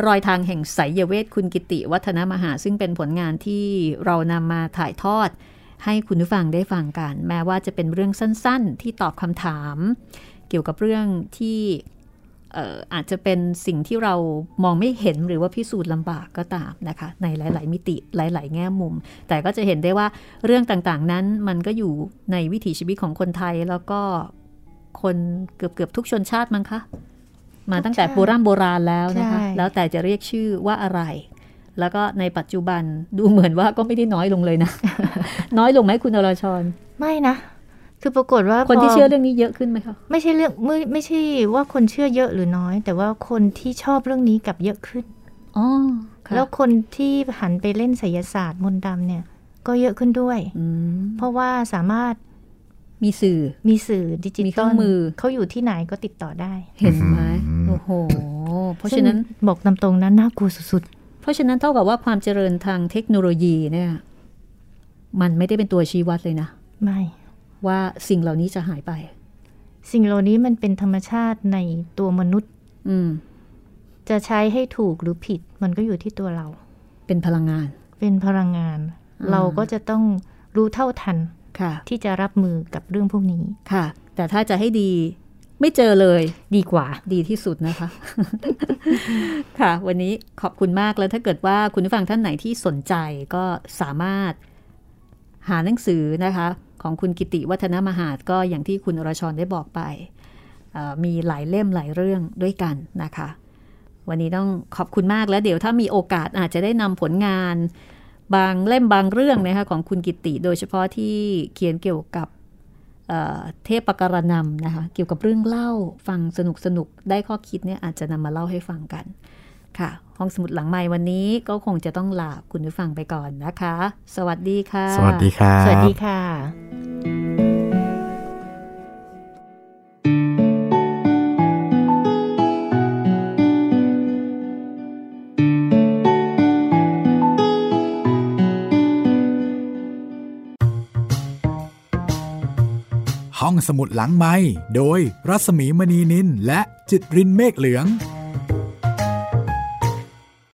A: รอยทางแห่งไสยเวทคุณกิติวัฒนมหา ซึ่งเป็นผลงานที่เรานำมาถ่ายทอด ให้คุณผู้ฟังได้ฟังกัน แม้ว่าจะเป็นเรื่องสั้นๆ ที่ตอบคำถาม เกี่ยวกับเรื่องที่เอ่ออาจจะเป็นสิ่งที่เรามองไม่เห็นหรือว่าพิสูจน์ลำบากก็ตามนะคะ ในหลาย ๆ มิติหลาย ๆ แง่มุม แต่ก็จะเห็นได้ว่าเรื่องต่างๆนั้นมันก็อยู่ในวิถีชีวิตของคนไทยแล้วก็คนเกือบเกือบๆทุกชนชาติมั้งคะมาตั้งแต่
C: ทุกชา
A: โบ
C: ติ
A: ราณโบราณแล้วนะคะ
C: ใช่
A: แล้วแต่จะเรียกชื่อว่าอะไร แล้วก็ในปัจจุบันดูเหมือนว่าก็ไม่ได้น้อยลงเลยนะ [laughs] น้อยลงไหมคุณอรชร
C: ไม่นะ คือปรากฏว่า
A: คนที่
C: พ
A: เชื่อเรื่องนี้เยอะขึ้นไหมคะ
C: ไม่ใช่เรื่องไม่ไม่ใช่ว่าคนเชื่อเยอะหรือน้อย แต่ว่าคนที่ชอบเรื่องนี้กลับเยอะขึ้น
A: อ๋อ
C: แล้
A: แล้ว ว
C: คนที่หันไปเล่นไสยศาสตร์มนต์ดำเนี่ย ก็เยอะขึ้นด้วย เพราะว่าสามารถ
A: มีสื่อ
C: มีสื่อดิจิ
A: มีเค
C: ต
A: รื่
C: อ
A: อ
C: ล
A: งมือ
C: เขาอยู่ที่ไหนก็ติดต่อได้
A: เห็นไหม
B: อืม
A: โอ้โห เพราะฉะนั้น
C: ซึ่งบอกตามตรงนะน่ากลัวสุด
A: เพราะฉะนั้นเท่ากับว่าความเจริญทางเทคโนโลยีเนี่ย มันไม่ได้เป็นตัวชี้วัดเลยนะ
C: ๆไม่
A: ว่าสิ่งเหล่านี้จะหายไป
C: สิ่งเหล่านี้มันเป็นธรรมชาติในตัวมนุษย์
A: อืม
C: จะใช้ให้ถูกหรือผิด มันก็อยู่ที่ตัวเรา
A: เป็นพลังงาน
C: เป็นพลังงาน เราก็จะต้องรู้เท่าทัน
A: ค่ะ
C: ที่จะรับมือกับเรื่องพวกนี้
A: ค่ะ แต่ถ้าจะให้ดี ไม่เจอเลย
C: ดีกว่า
A: ดีที่สุดนะคะ [laughs] ค่ะ วันนี้ขอบคุณมากแล้วถ้าเกิดว่าคุณผู้ฟังท่านไหนที่สนใจก็สามารถหาหนังสือนะคะ ของคุณกิติวัฒนมหาดก็อย่างที่คุณอรชรได้บอกไปเอ่อมีหลายเล่มหลายเรื่องด้วยกันนะคะ วันนี้ต้องขอบคุณมากแล้วเดี๋ยวถ้ามีโอกาสอาจจะได้นำผลงาน บางเล่มบางเรื่องนะคะของคุณกิติโดยเฉพาะที่เขียนเกี่ยวกับ เอ่อเทพประการนำนะคะเกี่ยวกับเรื่องเล่าฟังสนุกสนุกๆได้ข้อคิดเนี่ยอาจจะนำมาเล่าให้ฟังกันค่ะ ห้องสมุดหลังใหม่วันนี้ก็คงจะต้องลาคุณผู้ฟังไปก่อนนะคะ สวัสดีค่ะ
B: สวัสดีครับ
C: สวัสดีค่ะ
B: ห้องสมุดหลังไม้โดยรัศมีมณีนินและจิตรินเมฆเหลือง